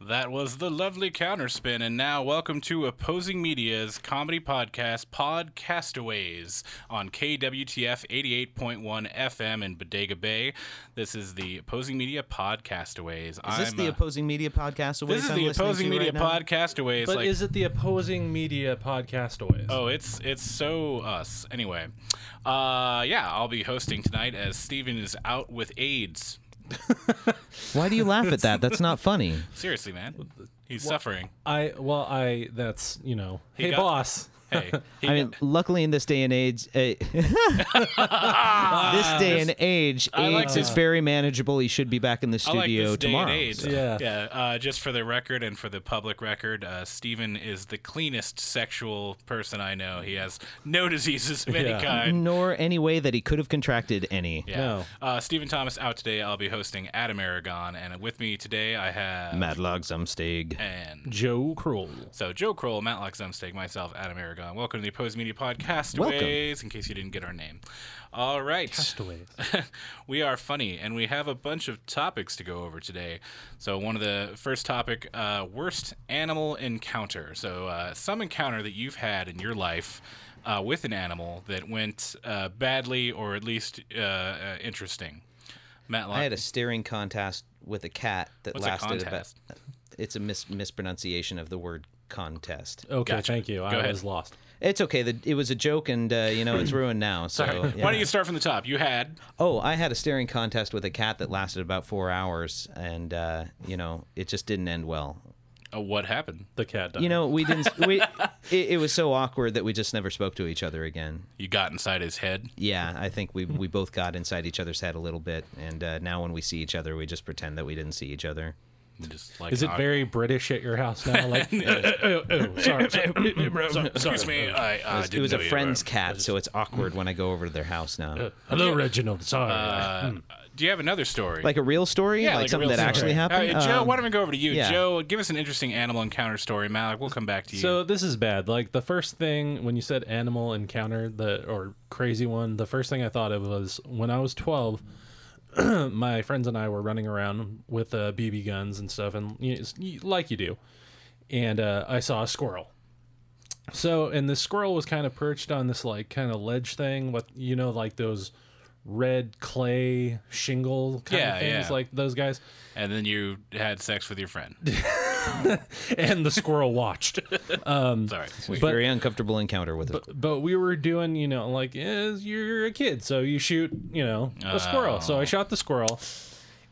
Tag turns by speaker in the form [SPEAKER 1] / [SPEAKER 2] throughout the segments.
[SPEAKER 1] was the lovely counterspin, and now welcome to Opposing Media's comedy podcast, Podcastaways, on KWTF 88.1 FM in Bodega Bay. This is the Opposing Media Podcastaways.
[SPEAKER 2] Is this the opposing media podcast?
[SPEAKER 1] uh, this is
[SPEAKER 2] I'm
[SPEAKER 1] the
[SPEAKER 2] listening
[SPEAKER 1] Opposing
[SPEAKER 2] to
[SPEAKER 1] Media
[SPEAKER 2] right now?
[SPEAKER 1] Podcastaways.
[SPEAKER 3] But
[SPEAKER 1] like,
[SPEAKER 3] is it the opposing media podcastaways?
[SPEAKER 1] Oh, it's it's so us. Anyway, uh, yeah, I'll be hosting tonight as Steven is out with AIDS.
[SPEAKER 2] Why do you laugh at that? That's not funny.
[SPEAKER 1] Seriously, man, he's suffering.
[SPEAKER 3] I well, I that's you know, hey
[SPEAKER 1] got-
[SPEAKER 3] boss.
[SPEAKER 1] Hey, he,
[SPEAKER 2] I mean, luckily in this day and age, eh, this day and age,
[SPEAKER 1] I like
[SPEAKER 2] AIDS
[SPEAKER 1] to-
[SPEAKER 2] is very manageable. He should be back in the
[SPEAKER 1] I like
[SPEAKER 2] studio
[SPEAKER 1] this day
[SPEAKER 2] tomorrow.
[SPEAKER 1] and age.
[SPEAKER 2] so-
[SPEAKER 3] Yeah.
[SPEAKER 1] yeah. Uh, just for the record and for the public record, uh, Steven is the cleanest sexual person I know. He has no diseases of any
[SPEAKER 3] Yeah. Mm-hmm.
[SPEAKER 1] kind.
[SPEAKER 2] Nor any way that he could have contracted any.
[SPEAKER 1] Yeah.
[SPEAKER 3] No.
[SPEAKER 1] Uh, Stephen Thomas out today. I'll be hosting Adam Aragon, and with me today I have
[SPEAKER 2] Madlog Zumstig.
[SPEAKER 1] and
[SPEAKER 3] Joe Kroll.
[SPEAKER 1] So Joe Kroll, Matlock Zemstake, myself, Adam Aragon. Welcome to the Opposed Media Podcast.
[SPEAKER 2] Welcome.
[SPEAKER 1] Ways, in case you didn't get our name. All right.
[SPEAKER 3] Castaways.
[SPEAKER 1] we are funny, and we have a bunch of topics to go over today. So one of the first topic, uh, worst animal encounter. So uh, some encounter that you've had in your life uh, with an animal that went uh, badly or at least uh, uh, interesting. Matlock.
[SPEAKER 2] I had a staring contest with a cat that
[SPEAKER 1] What's a
[SPEAKER 2] lasted about.
[SPEAKER 1] contest?
[SPEAKER 2] It's a mis- mispronunciation of the word contest.
[SPEAKER 3] Okay,
[SPEAKER 1] Gotcha.
[SPEAKER 3] thank you. I
[SPEAKER 1] Go ahead.
[SPEAKER 3] was lost.
[SPEAKER 2] It's okay. The, it was a joke, and uh, you know it's ruined now. So yeah.
[SPEAKER 1] Why don't you start from the top? You had
[SPEAKER 2] Oh, I had a staring contest with a cat that lasted about four hours, and uh, you know it just didn't end well.
[SPEAKER 1] uh, what happened?
[SPEAKER 3] The cat died.
[SPEAKER 2] You know we didn't. we it, it was so awkward that we just never spoke to each other again.
[SPEAKER 1] You got inside his head.
[SPEAKER 2] Yeah, I think we we both got inside each other's head a little bit, and uh, now when we see each other, we just pretend that we didn't see each other.
[SPEAKER 1] Just like uh,
[SPEAKER 3] is it
[SPEAKER 1] knock-
[SPEAKER 3] very British at your house now? Like, oh, oh, sorry, sorry, sorry.
[SPEAKER 1] Excuse me. I, I didn't
[SPEAKER 2] it was a
[SPEAKER 1] know you
[SPEAKER 2] friend's
[SPEAKER 1] were-
[SPEAKER 2] cat, so it's awkward when I go over to their house now.
[SPEAKER 3] Hello, Reginald. Sorry.
[SPEAKER 2] Hmm.
[SPEAKER 1] Uh, Do you have another story?
[SPEAKER 2] Like a real story,
[SPEAKER 1] Yeah,
[SPEAKER 2] like,
[SPEAKER 1] like a
[SPEAKER 2] something
[SPEAKER 1] real
[SPEAKER 2] that
[SPEAKER 1] story.
[SPEAKER 2] actually happened.
[SPEAKER 1] All right, Joe,
[SPEAKER 2] Um,
[SPEAKER 1] why don't we go over to you?
[SPEAKER 2] yeah.
[SPEAKER 1] Joe, give us an interesting animal encounter story, Malik. We'll come back to you.
[SPEAKER 3] So this is bad. Like the first thing when you said animal encounter, the or crazy one, the first thing I thought of was when I was twelve. my friends and I were running around with uh, BB guns and stuff, and you know, it's- you- like you do, and uh, I saw a squirrel. So and the squirrel was kind of perched on this like kind of ledge thing, with you know like those red clay shingle kind
[SPEAKER 1] Yeah,
[SPEAKER 3] of things,
[SPEAKER 1] yeah.
[SPEAKER 3] like those guys.
[SPEAKER 1] and then you had sex with your friend.
[SPEAKER 3] And the squirrel watched.
[SPEAKER 1] Sorry.
[SPEAKER 3] but-
[SPEAKER 2] very uncomfortable encounter with it.
[SPEAKER 3] but we were doing, you know, like eh, you're a kid, so you shoot, you know, a squirrel.
[SPEAKER 1] Oh.
[SPEAKER 3] So I shot the squirrel,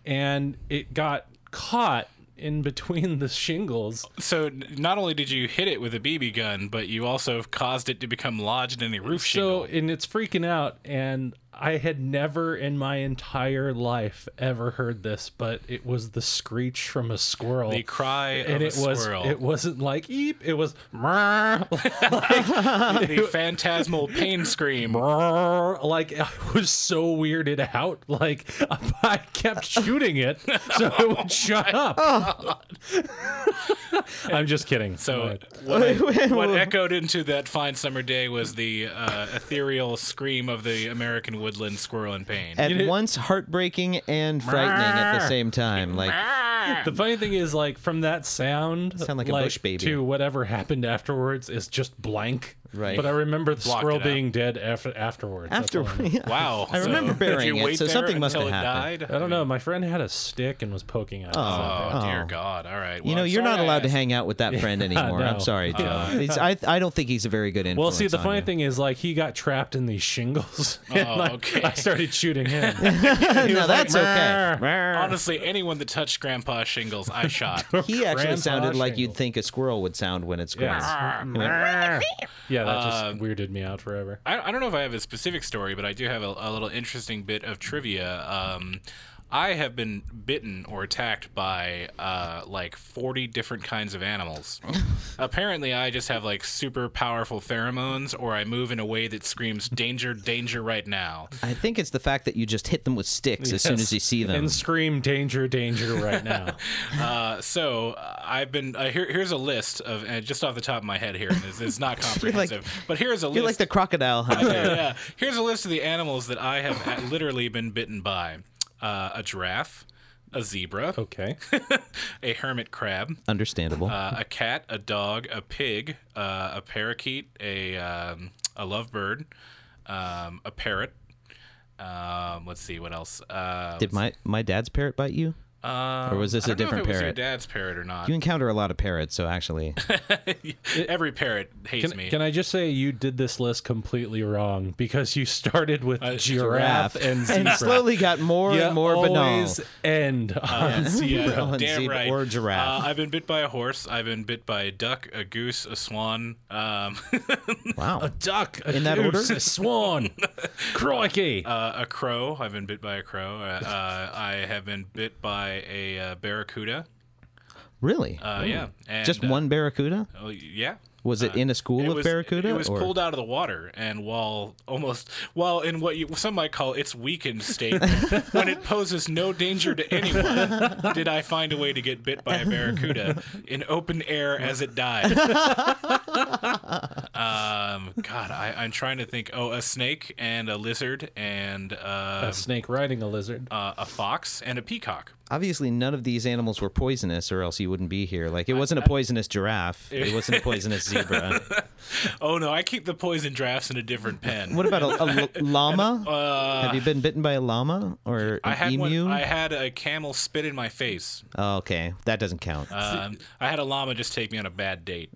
[SPEAKER 3] and it got caught in between the shingles.
[SPEAKER 1] So n- not only did you hit it with a BB gun, but you also caused it to become lodged in a roof
[SPEAKER 3] So
[SPEAKER 1] shingle.
[SPEAKER 3] and it's freaking out, and I had never in my entire life ever heard this, but it was the screech from a squirrel.
[SPEAKER 1] The cry
[SPEAKER 3] and
[SPEAKER 1] of a
[SPEAKER 3] it was
[SPEAKER 1] squirrel.
[SPEAKER 3] it wasn't like eep, it was "Meow."
[SPEAKER 1] the phantasmal pain scream.
[SPEAKER 3] "Brrr," like I was so weirded out. Like I kept shooting it so it would shut
[SPEAKER 2] Oh
[SPEAKER 3] up. I'm just kidding.
[SPEAKER 1] So
[SPEAKER 3] Right.
[SPEAKER 1] what, I- what echoed into that fine summer day was the uh, ethereal scream of the American woodland squirrel in pain.
[SPEAKER 2] At once heartbreaking and frightening at the same time. Like
[SPEAKER 3] the funny thing is, like from that sound,
[SPEAKER 2] Sound like a bush baby.
[SPEAKER 3] to whatever happened afterwards is just blank.
[SPEAKER 2] Right.
[SPEAKER 3] But I remember the
[SPEAKER 1] Blocked
[SPEAKER 3] squirrel
[SPEAKER 1] it out.
[SPEAKER 3] being dead after afterwards. That's
[SPEAKER 2] after
[SPEAKER 3] all I know.
[SPEAKER 1] Wow.
[SPEAKER 2] I remember
[SPEAKER 1] so, did you
[SPEAKER 2] burying it,
[SPEAKER 1] wait
[SPEAKER 2] so
[SPEAKER 1] there
[SPEAKER 2] something must
[SPEAKER 1] until
[SPEAKER 2] have
[SPEAKER 1] it
[SPEAKER 2] happened.
[SPEAKER 1] died?
[SPEAKER 3] I don't know. My friend had a stick and was poking at it.
[SPEAKER 1] Oh,
[SPEAKER 3] Oh.
[SPEAKER 1] dear God! All right.
[SPEAKER 2] You know,
[SPEAKER 1] Well, I'm
[SPEAKER 2] you're not
[SPEAKER 1] sorry I Uh,
[SPEAKER 2] allowed to
[SPEAKER 1] asked.
[SPEAKER 2] hang out with that friend anymore. I'm
[SPEAKER 3] no.
[SPEAKER 2] sorry, Joe. It's- I, I don't think he's a very good
[SPEAKER 3] Well,
[SPEAKER 2] influence.
[SPEAKER 3] see, the
[SPEAKER 2] on
[SPEAKER 3] funny
[SPEAKER 2] you.
[SPEAKER 3] thing is, like he got trapped in these shingles. and,
[SPEAKER 1] Oh,
[SPEAKER 3] like,
[SPEAKER 1] okay.
[SPEAKER 3] I started shooting him.
[SPEAKER 2] no, that's okay.
[SPEAKER 1] Honestly, anyone that touched Grandpa shingles, I shot.
[SPEAKER 2] He actually
[SPEAKER 3] Grandpa
[SPEAKER 2] sounded like you'd
[SPEAKER 3] Shingle.
[SPEAKER 2] think a squirrel would sound when it squirms.
[SPEAKER 3] Yeah.
[SPEAKER 2] You know?
[SPEAKER 3] Yeah, that just
[SPEAKER 2] Um,
[SPEAKER 3] weirded me out forever.
[SPEAKER 1] I, I don't know if I have a specific story, but I do have a, a little interesting bit of trivia. Um, I have been bitten or attacked by uh, like 40 different kinds of animals. Apparently, I just have like super powerful pheromones, or I move in a way that screams danger, danger right now.
[SPEAKER 2] I think it's the fact that you just hit them with sticks as soon as you see them.
[SPEAKER 3] And scream danger, danger right now.
[SPEAKER 1] Uh, so uh, I've been uh, here. Here's a list of uh, just off the top of my head here. and It's, it's not
[SPEAKER 2] like-
[SPEAKER 1] comprehensive, but here's a list.
[SPEAKER 2] You're like the crocodile hunter.
[SPEAKER 1] yeah. Here's a list of the animals that I have a- literally been bitten by: uh, a giraffe, a zebra,
[SPEAKER 3] Okay.
[SPEAKER 2] Oh.
[SPEAKER 1] a hermit crab,
[SPEAKER 2] Understandable.
[SPEAKER 1] uh, a cat, a dog, a pig, uh, a parakeet, a um, a lovebird, um, a parrot. Um, let's see what else. Uh,
[SPEAKER 2] Did my my dad's parrot bite you?
[SPEAKER 1] um,
[SPEAKER 2] or was this
[SPEAKER 1] I
[SPEAKER 2] a
[SPEAKER 1] don't know
[SPEAKER 2] different
[SPEAKER 1] if it was your
[SPEAKER 2] parrot?
[SPEAKER 1] dad's parrot or not?
[SPEAKER 2] You encounter a lot of parrots, so actually, uh,
[SPEAKER 1] Every parrot hates
[SPEAKER 3] Can,
[SPEAKER 1] me.
[SPEAKER 3] can I just say you did this list completely wrong because you started with giraffe, and zebra.
[SPEAKER 2] Uh, and slowly got more
[SPEAKER 3] You
[SPEAKER 2] and more Oh, banal.
[SPEAKER 3] always end on
[SPEAKER 1] yeah,
[SPEAKER 2] on
[SPEAKER 1] uh, damn
[SPEAKER 2] zebra
[SPEAKER 1] right.
[SPEAKER 2] or giraffe.
[SPEAKER 1] Uh, I've been bit by a horse. I've been bit by a duck, a goose, a swan. Um, Uh,
[SPEAKER 2] Wow.
[SPEAKER 3] duck a
[SPEAKER 2] In that
[SPEAKER 3] goose,
[SPEAKER 2] order? Um,
[SPEAKER 3] a swan, crikey.
[SPEAKER 1] uh, a crow. I've been bit by a crow. Uh, uh, I have been bit by a uh, barracuda.
[SPEAKER 2] Really?
[SPEAKER 1] Uh, yeah, and,
[SPEAKER 2] Just
[SPEAKER 1] uh,
[SPEAKER 2] one barracuda?
[SPEAKER 1] oh, yeah.
[SPEAKER 2] Was it in a school
[SPEAKER 1] Uh, It
[SPEAKER 2] of
[SPEAKER 1] was,
[SPEAKER 2] barracuda?
[SPEAKER 1] it was
[SPEAKER 2] or-
[SPEAKER 1] pulled out of the water, and while almost, while in what you, some might call its weakened state, when it poses no danger to anyone, did I find a way to get bit by a barracuda in open air as it died? um, God, I, I'm trying to think. Oh, a snake and a lizard and uh,
[SPEAKER 3] a snake riding a lizard.
[SPEAKER 1] uh, a fox and a peacock.
[SPEAKER 2] Obviously, none of these animals were poisonous, or else you wouldn't be here. Like, it wasn't a poisonous giraffe. It wasn't a poisonous zebra.
[SPEAKER 1] Oh no, I keep the poison drafts in a different pen.
[SPEAKER 2] What about a, a l- llama?
[SPEAKER 1] Uh,
[SPEAKER 2] Have you been bitten by a llama or an
[SPEAKER 1] I had
[SPEAKER 2] emu?
[SPEAKER 1] one. I had a camel spit in my face.
[SPEAKER 2] Oh, okay, that doesn't count.
[SPEAKER 1] Um, I had a llama just take me on a bad date.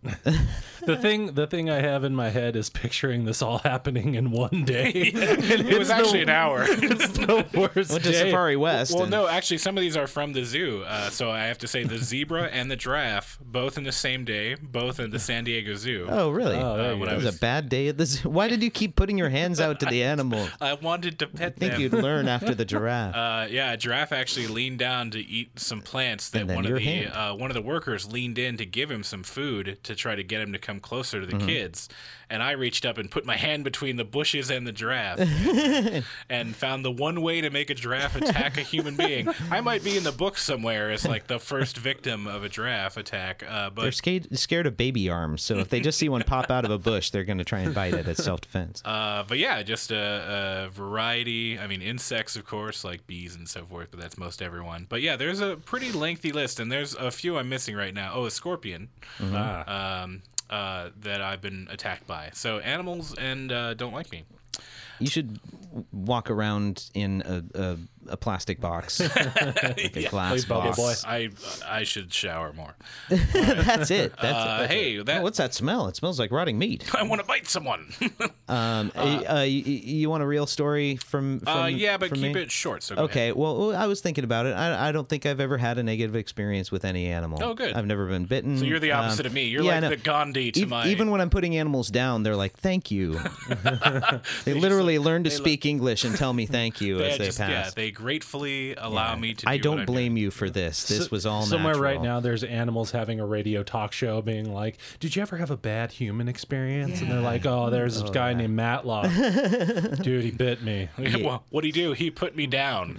[SPEAKER 3] The thing, the thing I have in my head is picturing this all happening in one day. And
[SPEAKER 1] It was actually an hour.
[SPEAKER 3] it's the worst
[SPEAKER 2] Went to
[SPEAKER 3] day.
[SPEAKER 2] Safari West.
[SPEAKER 1] well,
[SPEAKER 2] and-
[SPEAKER 1] no, actually, some of these are from the zoo. Uh, so I have to say the zebra and the giraffe, both in the same day, both in the San Diego Zoo.
[SPEAKER 2] Oh, really?
[SPEAKER 3] Oh, there
[SPEAKER 1] Uh,
[SPEAKER 3] you
[SPEAKER 1] when
[SPEAKER 3] go.
[SPEAKER 1] I
[SPEAKER 2] It
[SPEAKER 1] was-
[SPEAKER 2] was a bad day at the zoo. Why did you keep putting your hands out to the animal? I
[SPEAKER 1] I wanted to pet
[SPEAKER 2] think
[SPEAKER 1] them.
[SPEAKER 2] you'd learn after the giraffe.
[SPEAKER 1] Uh, yeah, a giraffe actually leaned down to eat some plants that
[SPEAKER 2] then
[SPEAKER 1] one of
[SPEAKER 2] your
[SPEAKER 1] the
[SPEAKER 2] hand.
[SPEAKER 1] uh, one of the workers leaned in to give him some food to try to get him to come closer to the
[SPEAKER 2] Mm-hmm.
[SPEAKER 1] kids. And I reached up and put my hand between the bushes and the giraffe, and found the one way to make a giraffe attack a human being. I might be in the book somewhere as like the first victim of a giraffe attack, uh,
[SPEAKER 2] they're
[SPEAKER 1] but.
[SPEAKER 2] scared, scared of baby arms, so if they just see one pop out of a bush, they're going to try and bite it as self defense.
[SPEAKER 1] Uh, but yeah, just a, a variety. I mean, insects, of course, like bees and so forth, but that's most everyone. But yeah, there's a pretty lengthy list, and there's a few I'm missing right now. Oh, a scorpion.
[SPEAKER 2] Mm-hmm.
[SPEAKER 3] Ah.
[SPEAKER 1] um, uh, that I've been attacked by. So animals and uh, don't like me.
[SPEAKER 2] You should w- walk around in a, a, a plastic box, like a glass
[SPEAKER 3] Play Bubble
[SPEAKER 2] box.
[SPEAKER 3] Boy.
[SPEAKER 1] I I should shower more.
[SPEAKER 2] That's it. That's,
[SPEAKER 1] Uh,
[SPEAKER 2] that's it.
[SPEAKER 1] hey, that
[SPEAKER 2] Oh, what's that smell? It smells like rotting meat.
[SPEAKER 1] I want to bite someone.
[SPEAKER 2] Um, uh, y- y- you want a real story from? from
[SPEAKER 1] uh, yeah, but
[SPEAKER 2] from
[SPEAKER 1] keep
[SPEAKER 2] me?
[SPEAKER 1] it short. So go ahead.
[SPEAKER 2] Okay. Well, well, I was thinking about it. I, I don't think I've ever had a negative experience with any animal.
[SPEAKER 1] Oh, good.
[SPEAKER 2] I've never been bitten.
[SPEAKER 1] So you're the opposite of me. You're
[SPEAKER 2] Um, yeah, I
[SPEAKER 1] like
[SPEAKER 2] know.
[SPEAKER 1] the Gandhi to
[SPEAKER 2] Ev-
[SPEAKER 1] my.
[SPEAKER 2] Even when I'm putting animals down, they're like, "Thank you." they literally learn to
[SPEAKER 1] they
[SPEAKER 2] speak English and tell me "thank you"
[SPEAKER 1] yeah,
[SPEAKER 2] as they
[SPEAKER 1] just- yeah,
[SPEAKER 2] pass.
[SPEAKER 1] they gratefully allow me to.
[SPEAKER 2] I
[SPEAKER 1] do
[SPEAKER 2] don't
[SPEAKER 1] what I'm
[SPEAKER 2] blame you for this. This was all
[SPEAKER 3] somewhere
[SPEAKER 2] natural.
[SPEAKER 3] right now there's animals having a radio talk show being like did you ever have a bad human experience and they're like oh there's this guy named matlock dude he bit me
[SPEAKER 1] doing. well, what do you do? He put me down.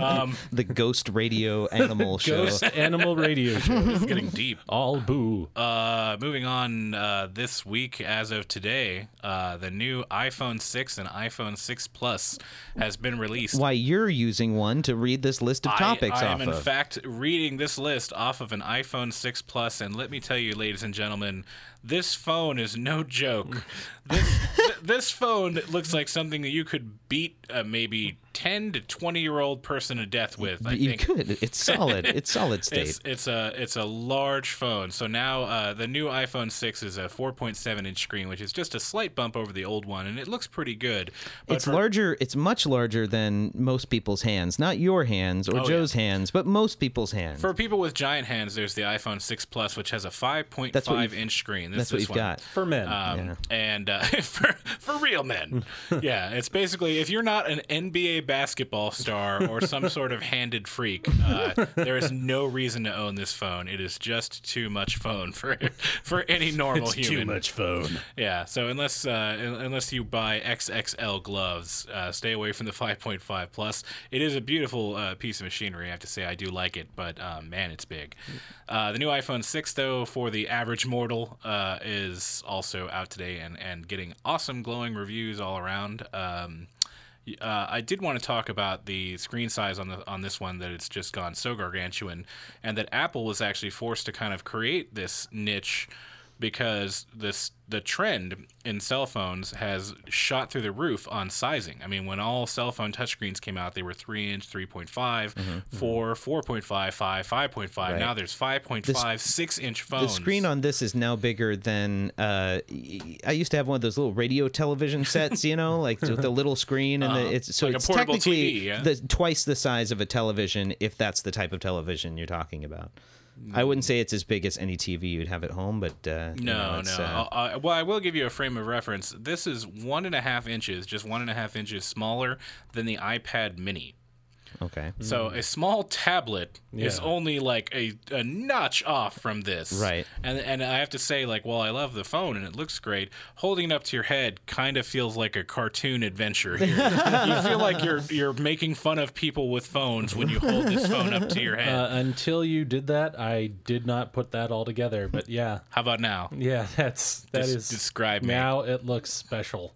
[SPEAKER 1] um,
[SPEAKER 2] The ghost radio animal show.
[SPEAKER 3] ghost animal radio show
[SPEAKER 1] it's getting deep.
[SPEAKER 3] all boo
[SPEAKER 1] Uh, moving on, uh, this week as of today, uh, the new iPhone 6 and iPhone 6 Plus has been released.
[SPEAKER 2] Why you're using one to read this list of topics
[SPEAKER 1] I, I
[SPEAKER 2] off
[SPEAKER 1] am in
[SPEAKER 2] of?
[SPEAKER 1] fact reading this list off of an iPhone 6 Plus, and let me tell you, ladies and gentlemen, this phone is no joke. This th- this phone looks like something that you could beat uh, maybe 10 to 20 year old person to death with. I
[SPEAKER 2] you
[SPEAKER 1] think.
[SPEAKER 2] could. It's solid. It's solid state.
[SPEAKER 1] It's, it's a it's a large phone. So now uh, the new iPhone 6 is a 4.7 inch screen, which is just a slight bump over the old one, and it looks pretty good. But
[SPEAKER 2] it's larger. It's much larger than most people's hands. Not your hands or
[SPEAKER 1] Oh, yeah.
[SPEAKER 2] Joe's hands, but most people's hands.
[SPEAKER 1] for people with giant hands, there's the iPhone 6 Plus, which has a 5.5
[SPEAKER 2] you've-
[SPEAKER 1] inch screen. This,
[SPEAKER 2] That's what
[SPEAKER 1] this
[SPEAKER 2] you've
[SPEAKER 1] one.
[SPEAKER 2] got.
[SPEAKER 3] for men
[SPEAKER 1] Um, And uh, for for real men, yeah, it's basically if you're not an NBA basketball star or some sort of handed freak, uh, there is no reason to own this phone. It is just too much phone for for any normal human.
[SPEAKER 3] phone
[SPEAKER 1] Yeah, so unless uh, un- unless you buy XXL gloves, uh, stay away from the 5.5 plus. It is a beautiful uh, piece of machinery. I have to say, I do like it, but um, man, it's big. Uh, the new iPhone 6, though, for the average mortal, uh, is also out today and and getting awesome glowing reviews all around. Um, Uh, I did want to talk about the screen size on the on this one that it's just gone so gargantuan, and that Apple was actually forced to kind of create this niche because this the trend in cell phones has shot through the roof on sizing. I mean, when all cell phone touchscreens came out, they were 3 inch, 3.5,
[SPEAKER 2] Mm-hmm.
[SPEAKER 1] 4, 4.5, 5, 5.5. Now there's 5.5, 6 inch
[SPEAKER 2] The
[SPEAKER 1] phones.
[SPEAKER 2] screen on this is now bigger than uh, y- I used to have one of those little radio television sets, you know, like with the little screen and the, it's so
[SPEAKER 1] Uh-huh. like a
[SPEAKER 2] it's
[SPEAKER 1] portable
[SPEAKER 2] technically
[SPEAKER 1] TV, yeah?
[SPEAKER 2] the, twice the size of a television if that's the type of television you're talking about. I wouldn't say it's as big as any TV you'd have at home, but uh,
[SPEAKER 1] Mm.
[SPEAKER 2] you
[SPEAKER 1] No,
[SPEAKER 2] know,
[SPEAKER 1] no.
[SPEAKER 2] it's, uh,
[SPEAKER 1] Uh, uh, well, I will give you a frame of reference. This is one and a half inches, just one and a half inches smaller than the iPad Mini.
[SPEAKER 2] okay,
[SPEAKER 1] So a small tablet is
[SPEAKER 3] Yeah.
[SPEAKER 1] only like a, a notch off from this.
[SPEAKER 2] Right.
[SPEAKER 1] And and I have to say, like, while I love the phone and it looks great, holding it up to your head kind of feels like a cartoon adventure here. you feel like you're you're making fun of people with phones when you hold this phone up to your head.
[SPEAKER 3] Uh, until you did that, I did not put that all together. But yeah,
[SPEAKER 1] How about now?
[SPEAKER 3] yeah, that's that is
[SPEAKER 1] Des- describe me.
[SPEAKER 3] now it looks special.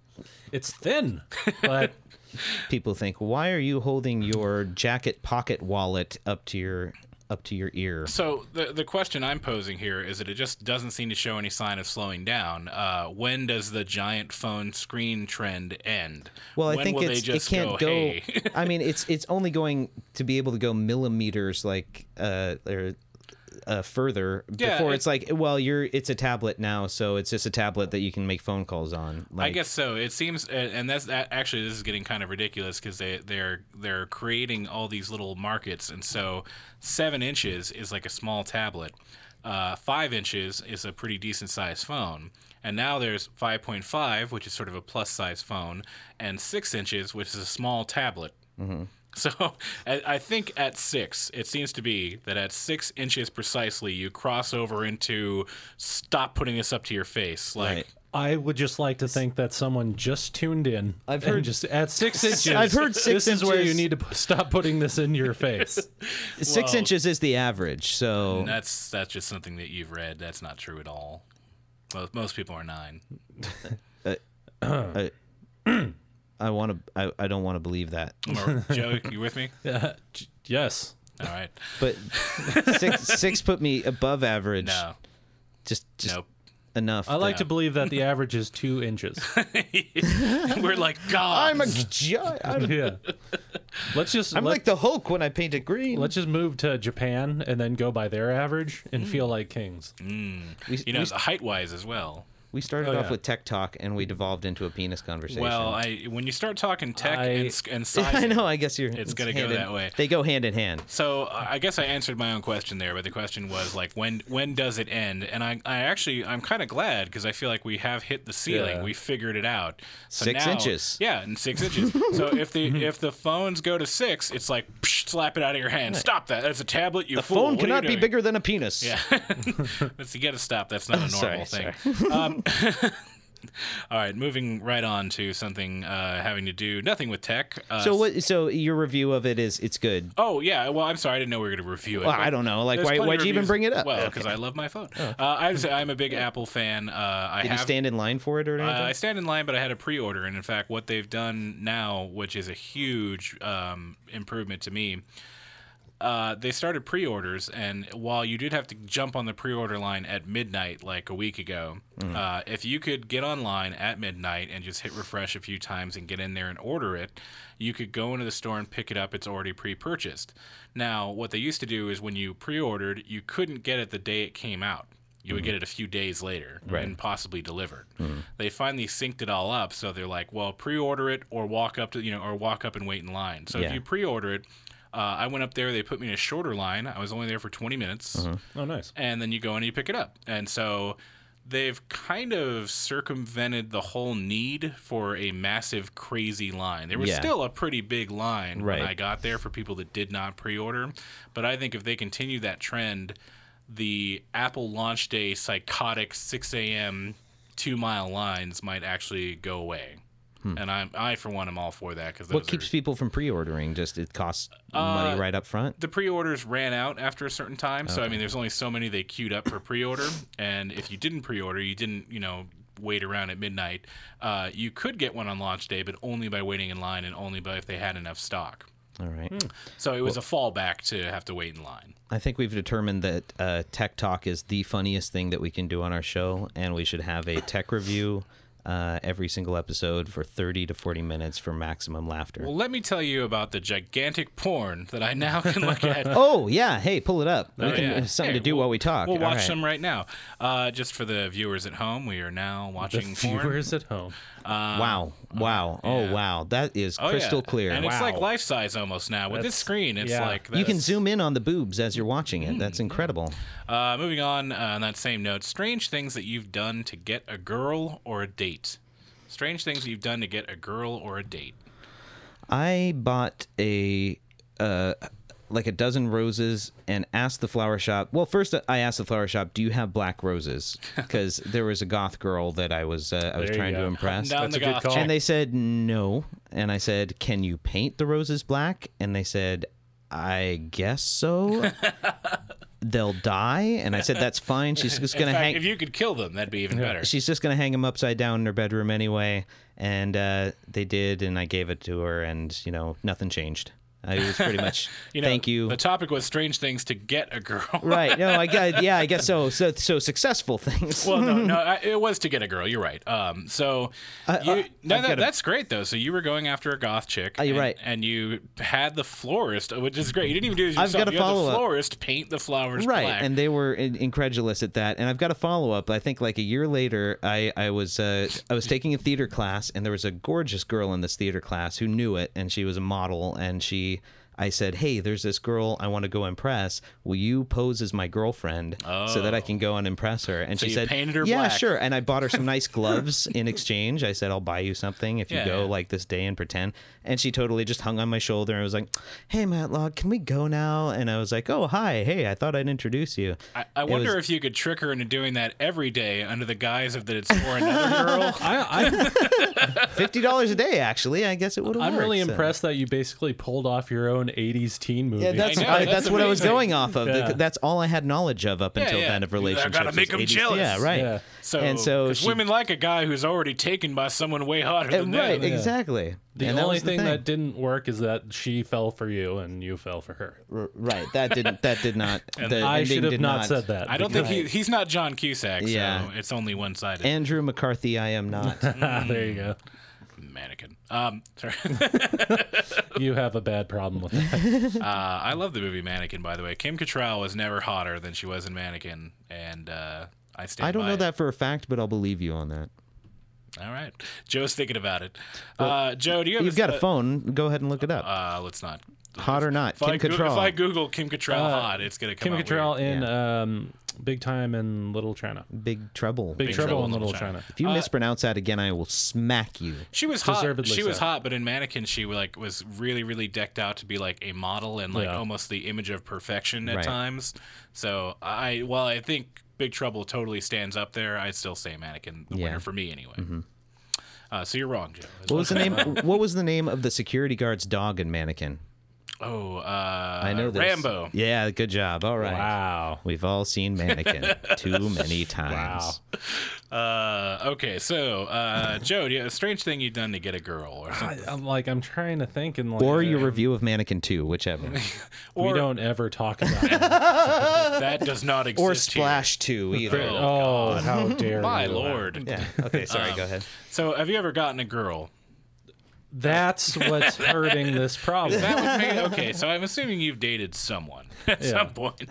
[SPEAKER 3] It's thin, but
[SPEAKER 2] people think why are you holding your jacket pocket wallet up to your up to your ear?
[SPEAKER 1] So the the question I'm posing here is that it just doesn't seem to show any sign of slowing down. Uh, when does the giant phone screen trend end?
[SPEAKER 2] Well, I
[SPEAKER 1] when
[SPEAKER 2] think
[SPEAKER 1] will
[SPEAKER 2] it's,
[SPEAKER 1] they just
[SPEAKER 2] it can't go.
[SPEAKER 1] "Hey"?
[SPEAKER 2] I mean, it's it's only going to be able to go millimeters like uh or uh, further
[SPEAKER 1] Yeah,
[SPEAKER 2] before
[SPEAKER 1] it-
[SPEAKER 2] it's like well you're it's a tablet now so it's just a tablet that you can make phone calls on. Like,
[SPEAKER 1] I guess so. It seems, a- and that's that, actually this is getting kind of ridiculous because they they're they're creating all these little markets, and so seven inches is like a small tablet, uh, five inches is a pretty decent sized phone, and now there's five point five, which is sort of a plus size phone, and six inches, which is a small tablet.
[SPEAKER 2] Mm-hmm.
[SPEAKER 1] So I I think at six, it seems to be that at six inches precisely, you cross over into stop putting this up to your face, like.
[SPEAKER 2] Right.
[SPEAKER 3] I would just like to think that someone just tuned in.
[SPEAKER 2] I've
[SPEAKER 3] and
[SPEAKER 2] heard-
[SPEAKER 3] just at six inches.
[SPEAKER 2] I've heard six
[SPEAKER 3] This is where you
[SPEAKER 2] inches.
[SPEAKER 3] need to p- stop putting this in your face.
[SPEAKER 2] six inches is the average. So
[SPEAKER 1] That's that's just something that you've read. That's not true at all. Most, most people are nine.
[SPEAKER 2] uh, I want to I, I don't want to believe that,
[SPEAKER 1] Am I- Joe, you with me?
[SPEAKER 3] Uh, j- yes.
[SPEAKER 1] All right.
[SPEAKER 2] but six six put me above average.
[SPEAKER 1] No,
[SPEAKER 2] Just just
[SPEAKER 1] nope.
[SPEAKER 2] enough.
[SPEAKER 3] I like to believe that the average is two inches.
[SPEAKER 1] We're like God.
[SPEAKER 2] I'm a giant. I'm,
[SPEAKER 3] yeah. Let's just
[SPEAKER 2] I'm
[SPEAKER 3] let,
[SPEAKER 2] like the Hulk when I paint it green.
[SPEAKER 3] let's just move to Japan and then go by their average and
[SPEAKER 2] Mm.
[SPEAKER 3] feel like kings.
[SPEAKER 2] we,
[SPEAKER 1] you know,
[SPEAKER 2] we
[SPEAKER 1] height wise as well.
[SPEAKER 2] We started
[SPEAKER 3] Oh,
[SPEAKER 2] off
[SPEAKER 3] yeah.
[SPEAKER 2] with tech talk and we devolved into a penis conversation.
[SPEAKER 1] Well, I when you start talking tech
[SPEAKER 3] I-
[SPEAKER 1] and sc- and
[SPEAKER 2] I
[SPEAKER 1] sizing,
[SPEAKER 2] know. I guess you're.
[SPEAKER 1] It's gonna go
[SPEAKER 2] hand in-
[SPEAKER 1] that way.
[SPEAKER 2] They go hand in hand.
[SPEAKER 1] So uh, I guess I answered my own question there, but the question was like, when when does it end? And I, I actually I'm kind of glad because I feel like we have hit the ceiling.
[SPEAKER 3] Yeah.
[SPEAKER 1] We figured it out. So
[SPEAKER 2] Six
[SPEAKER 1] now-
[SPEAKER 2] inches.
[SPEAKER 1] Yeah, and six inches. so if the if the phones go to six, it's like psh, slap it out of your hand. Stop that. That's a tablet. You
[SPEAKER 2] The
[SPEAKER 1] fool.
[SPEAKER 2] phone
[SPEAKER 1] What are you
[SPEAKER 2] cannot be
[SPEAKER 1] doing?
[SPEAKER 2] bigger than a penis.
[SPEAKER 1] Yeah. That's you got to stop. That's not a normal
[SPEAKER 2] sorry,
[SPEAKER 1] thing. Um, all right, moving right on to something uh, having to do nothing with tech. Uh,
[SPEAKER 2] So what? So your review of it is it's good.
[SPEAKER 1] Oh yeah. Well, I'm sorry. I didn't know we were going to review it.
[SPEAKER 2] Well,
[SPEAKER 1] but-
[SPEAKER 2] I don't know. Like
[SPEAKER 1] There's
[SPEAKER 2] why?
[SPEAKER 1] plenty
[SPEAKER 2] Why'd
[SPEAKER 1] of
[SPEAKER 2] you even
[SPEAKER 1] reviews-
[SPEAKER 2] bring it up? Oh.
[SPEAKER 1] Well, because I love my phone. Uh, I'm, I'm a big Apple fan. Uh, I
[SPEAKER 2] Did
[SPEAKER 1] have.
[SPEAKER 2] you stand in line for it or
[SPEAKER 1] uh,
[SPEAKER 2] anything?
[SPEAKER 1] I stand in line, but I had a pre-order, and in fact, what they've done now, which is a huge um, improvement to me, uh, they started pre-orders, and while you did have to jump on the pre-order line at midnight, like a week ago, uh, if you could get online at midnight and just hit refresh a few times and get in there and order it, you could go into the store and pick it up. It's already pre-purchased. Now, what they used to do is when you pre-ordered, you couldn't get it the day it came out. You would get it a few days later and possibly delivered. They finally synced it all up, so they're like, "Well, pre-order it or walk up to you know or walk up and wait in line." So if
[SPEAKER 2] Yeah.
[SPEAKER 1] you pre-order it, uh, I went up there. They put me in a shorter line. I was only there for 20 minutes,
[SPEAKER 2] Mm-hmm.
[SPEAKER 3] Oh, nice.
[SPEAKER 1] and then you go in and you pick it up. And so they've kind of circumvented the whole need for a massive, crazy line. There was
[SPEAKER 2] Yeah.
[SPEAKER 1] still a pretty big line
[SPEAKER 2] Right.
[SPEAKER 1] when I got there for people that did not pre-order, but I think if they continue that trend, the Apple launch day psychotic 6 a.m. two mile lines might actually go away. And I'm, I, for one, am all for that because
[SPEAKER 2] Hmm. what keeps people from pre-ordering? Just it costs money right up front.
[SPEAKER 1] Uh, the pre-orders ran out after a certain time so i mean there's only so many they queued up for pre-order and if you didn't pre-order you didn't you know wait around at midnight. Uh, you could get one on launch day, but only by waiting in line and only by if they had enough stock.
[SPEAKER 2] All right.
[SPEAKER 1] hmm. So it was a fallback to have to wait in line.
[SPEAKER 2] I think we've determined that uh, tech talk is the funniest thing that we can do on our show, and we should have a tech review uh, every single episode for 30 to 40 minutes for maximum laughter.
[SPEAKER 1] Well, let me tell you about the gigantic porn that I now can look at.
[SPEAKER 2] oh, yeah. Hey, pull it up. we
[SPEAKER 1] Oh,
[SPEAKER 2] can
[SPEAKER 1] yeah.
[SPEAKER 2] have something
[SPEAKER 1] Hey,
[SPEAKER 2] to do
[SPEAKER 1] we'll-
[SPEAKER 2] while we talk.
[SPEAKER 1] We'll
[SPEAKER 2] All
[SPEAKER 1] watch
[SPEAKER 2] right.
[SPEAKER 1] them right now. Uh, just for the viewers at home, we are now
[SPEAKER 3] The
[SPEAKER 1] watching porn.
[SPEAKER 3] viewers at home.
[SPEAKER 2] Wow. Wow. Oh, wow. That is
[SPEAKER 1] uh, Oh, yeah.
[SPEAKER 2] crystal clear.
[SPEAKER 1] And it's
[SPEAKER 2] Wow.
[SPEAKER 1] like life size almost now. With this
[SPEAKER 3] That's-
[SPEAKER 1] screen, it's
[SPEAKER 3] yeah.
[SPEAKER 1] like
[SPEAKER 2] you can
[SPEAKER 1] this.
[SPEAKER 2] zoom in on the boobs as you're watching it.
[SPEAKER 1] Hmm.
[SPEAKER 2] That's incredible.
[SPEAKER 1] Uh, moving on uh, on that same note, strange things that you've done to get a girl or a date. Strange things you've done to get a girl or a date.
[SPEAKER 2] I bought a uh, like a dozen roses and asked the flower shop. Well, first I asked the flower shop, "Do you have black roses?" Because there was a goth girl that I was uh, I was
[SPEAKER 3] There you
[SPEAKER 2] trying to
[SPEAKER 3] go.
[SPEAKER 2] impress.
[SPEAKER 1] Down
[SPEAKER 3] That's
[SPEAKER 1] the
[SPEAKER 3] a good
[SPEAKER 1] goth
[SPEAKER 3] call.
[SPEAKER 1] chick.
[SPEAKER 2] And they said no. And I said, "Can you paint the roses black?" And they said, "I guess so." They'll die. And I said, "That's fine. She's just
[SPEAKER 1] In
[SPEAKER 2] gonna
[SPEAKER 1] fact,
[SPEAKER 2] hang."
[SPEAKER 1] if you could kill them, that'd be even better.
[SPEAKER 2] she's just gonna hang him upside down in her bedroom anyway and uh, they did and i gave it to her and you know nothing changed i was pretty much
[SPEAKER 1] You know,
[SPEAKER 2] thank you
[SPEAKER 1] The topic was strange things to get a girl.
[SPEAKER 2] right no i got yeah i guess so so so successful things
[SPEAKER 1] well, no, no, I, it was to get a girl. You're right. Um, so you, no, no,
[SPEAKER 2] gotta-
[SPEAKER 1] that's great though. So you were going after a goth chick.
[SPEAKER 2] Uh, you're
[SPEAKER 1] and,
[SPEAKER 2] right.
[SPEAKER 1] And you had the florist, which is great. You didn't even do it yourself.
[SPEAKER 2] I've got a
[SPEAKER 1] you had
[SPEAKER 2] follow-up.
[SPEAKER 1] the florist paint the flowers
[SPEAKER 2] right
[SPEAKER 1] black.
[SPEAKER 2] and they were in- incredulous at that and i've got a follow-up i think like a year later i i was uh, i was taking a theater class and there was a gorgeous girl in this theater class who knew it and she was a model and she I said, "Hey, there's this girl I want to go impress. Will you pose as my girlfriend so that I can go and impress her?" And she
[SPEAKER 1] you
[SPEAKER 2] said,
[SPEAKER 1] painted her
[SPEAKER 2] "Yeah,
[SPEAKER 1] black."
[SPEAKER 2] sure." And I bought her some nice gloves in exchange. I said, "I'll buy you something if you
[SPEAKER 1] Yeah,
[SPEAKER 2] go
[SPEAKER 1] yeah.
[SPEAKER 2] like this day and pretend." And she totally just hung on my shoulder and was like, "Hey, Matlock, can we go now?" And I was like, "Oh, hi. Hey, I thought I'd introduce you."
[SPEAKER 1] I, uh, I
[SPEAKER 2] It
[SPEAKER 1] wonder
[SPEAKER 2] was-
[SPEAKER 1] if you could trick her into doing that every day under the guise of that it's for another girl.
[SPEAKER 3] I,
[SPEAKER 2] Fifty dollars a day, actually. I guess it would.
[SPEAKER 3] I, I'm really impressed that you basically pulled off your own 80s teen movie.
[SPEAKER 2] Yeah, that's
[SPEAKER 1] I know,
[SPEAKER 2] I- that's,
[SPEAKER 1] that's
[SPEAKER 2] what I was
[SPEAKER 1] amazing.
[SPEAKER 2] going off of.
[SPEAKER 3] Yeah.
[SPEAKER 2] That's all I had knowledge of up until
[SPEAKER 1] yeah.
[SPEAKER 2] then of
[SPEAKER 1] You gotta
[SPEAKER 2] relationships.
[SPEAKER 1] make 'em
[SPEAKER 2] was 80s.
[SPEAKER 1] jealous.
[SPEAKER 2] Yeah, right.
[SPEAKER 3] Yeah.
[SPEAKER 1] So,
[SPEAKER 2] and so
[SPEAKER 1] 'cause
[SPEAKER 2] she,
[SPEAKER 1] women like a guy who's already taken by someone way hotter
[SPEAKER 2] eh,
[SPEAKER 1] than
[SPEAKER 2] right,
[SPEAKER 1] them.
[SPEAKER 2] exactly.
[SPEAKER 3] the
[SPEAKER 2] and that
[SPEAKER 3] only
[SPEAKER 2] was the
[SPEAKER 3] thing,
[SPEAKER 2] thing
[SPEAKER 3] that didn't work is that she fell for you and you fell for her.
[SPEAKER 2] R- right that didn't that did not. the
[SPEAKER 3] I
[SPEAKER 2] ending
[SPEAKER 3] should have
[SPEAKER 2] did
[SPEAKER 3] not, said that.
[SPEAKER 1] I don't think he, he's not John Cusack,
[SPEAKER 2] Yeah.
[SPEAKER 1] so it's only one sided.
[SPEAKER 2] Andrew McCarthy, I am not.
[SPEAKER 3] Ah, there you go.
[SPEAKER 1] Mannequin. Um, sorry.
[SPEAKER 3] You have a bad problem with that.
[SPEAKER 1] Uh, I love the movie Mannequin, by the way. Kim Cattrall was never hotter than she was in Mannequin, and uh, I stand.
[SPEAKER 2] I don't
[SPEAKER 1] by
[SPEAKER 2] know
[SPEAKER 1] it.
[SPEAKER 2] that for a fact, but I'll believe you on that.
[SPEAKER 1] All right, Joe's thinking about it. uh, Joe, do you have?
[SPEAKER 2] You've got
[SPEAKER 1] uh,
[SPEAKER 2] a phone. Go ahead and look it up.
[SPEAKER 1] Uh, let's not.
[SPEAKER 2] Hot or not,
[SPEAKER 1] If,
[SPEAKER 2] Kim
[SPEAKER 1] I, Goo-
[SPEAKER 2] Cattrall. Uh,
[SPEAKER 1] if I Google Kim Cattrall hot, it's gonna come
[SPEAKER 3] Kim
[SPEAKER 1] out
[SPEAKER 3] Cattrall
[SPEAKER 1] weird.
[SPEAKER 3] in um, Big Time and Little China.
[SPEAKER 2] Big trouble.
[SPEAKER 3] Big, Trouble,
[SPEAKER 1] Trouble
[SPEAKER 3] in
[SPEAKER 1] Uh, in
[SPEAKER 3] Little
[SPEAKER 1] Little
[SPEAKER 3] China.
[SPEAKER 1] China.
[SPEAKER 2] if you mispronounce that again, I will smack you.
[SPEAKER 1] She was hot.
[SPEAKER 3] Deservedly
[SPEAKER 1] She was
[SPEAKER 3] so.
[SPEAKER 1] hot, but in Mannequin, she like was really, really decked out to be like a model and like
[SPEAKER 3] Yeah.
[SPEAKER 1] almost the image of perfection at
[SPEAKER 2] Right.
[SPEAKER 1] times. So I, while I think Big Trouble totally stands up there, I'd still say Mannequin the
[SPEAKER 2] Yeah. Mm-hmm.
[SPEAKER 1] winner for me anyway. Uh, so you're wrong, Joe.
[SPEAKER 2] What was the name? What was the name of the security guard's dog in Mannequin?
[SPEAKER 1] Oh, uh,
[SPEAKER 2] I know this.
[SPEAKER 1] Rambo.
[SPEAKER 2] Yeah, good job. All right.
[SPEAKER 3] Wow.
[SPEAKER 2] We've all seen Mannequin too many times.
[SPEAKER 1] Uh, okay, so uh, Joe, do you, a strange thing you've done to get a girl, or something.
[SPEAKER 3] I, I'm like I'm trying to think and like
[SPEAKER 2] Or
[SPEAKER 3] uh,
[SPEAKER 2] your review of Mannequin 2, whichever.
[SPEAKER 3] we
[SPEAKER 1] or-
[SPEAKER 3] don't ever talk about it.
[SPEAKER 1] that does not exist.
[SPEAKER 2] Or
[SPEAKER 1] here.
[SPEAKER 2] Splash 2, either.
[SPEAKER 3] oh, how dare
[SPEAKER 1] My
[SPEAKER 3] you.
[SPEAKER 1] lord.
[SPEAKER 2] Yeah. Okay,
[SPEAKER 1] Um,
[SPEAKER 2] sorry, go ahead.
[SPEAKER 1] So have you ever gotten a girl?
[SPEAKER 3] That's what's hurting this problem.
[SPEAKER 1] That would make, okay, so I'm assuming you've dated someone at some point.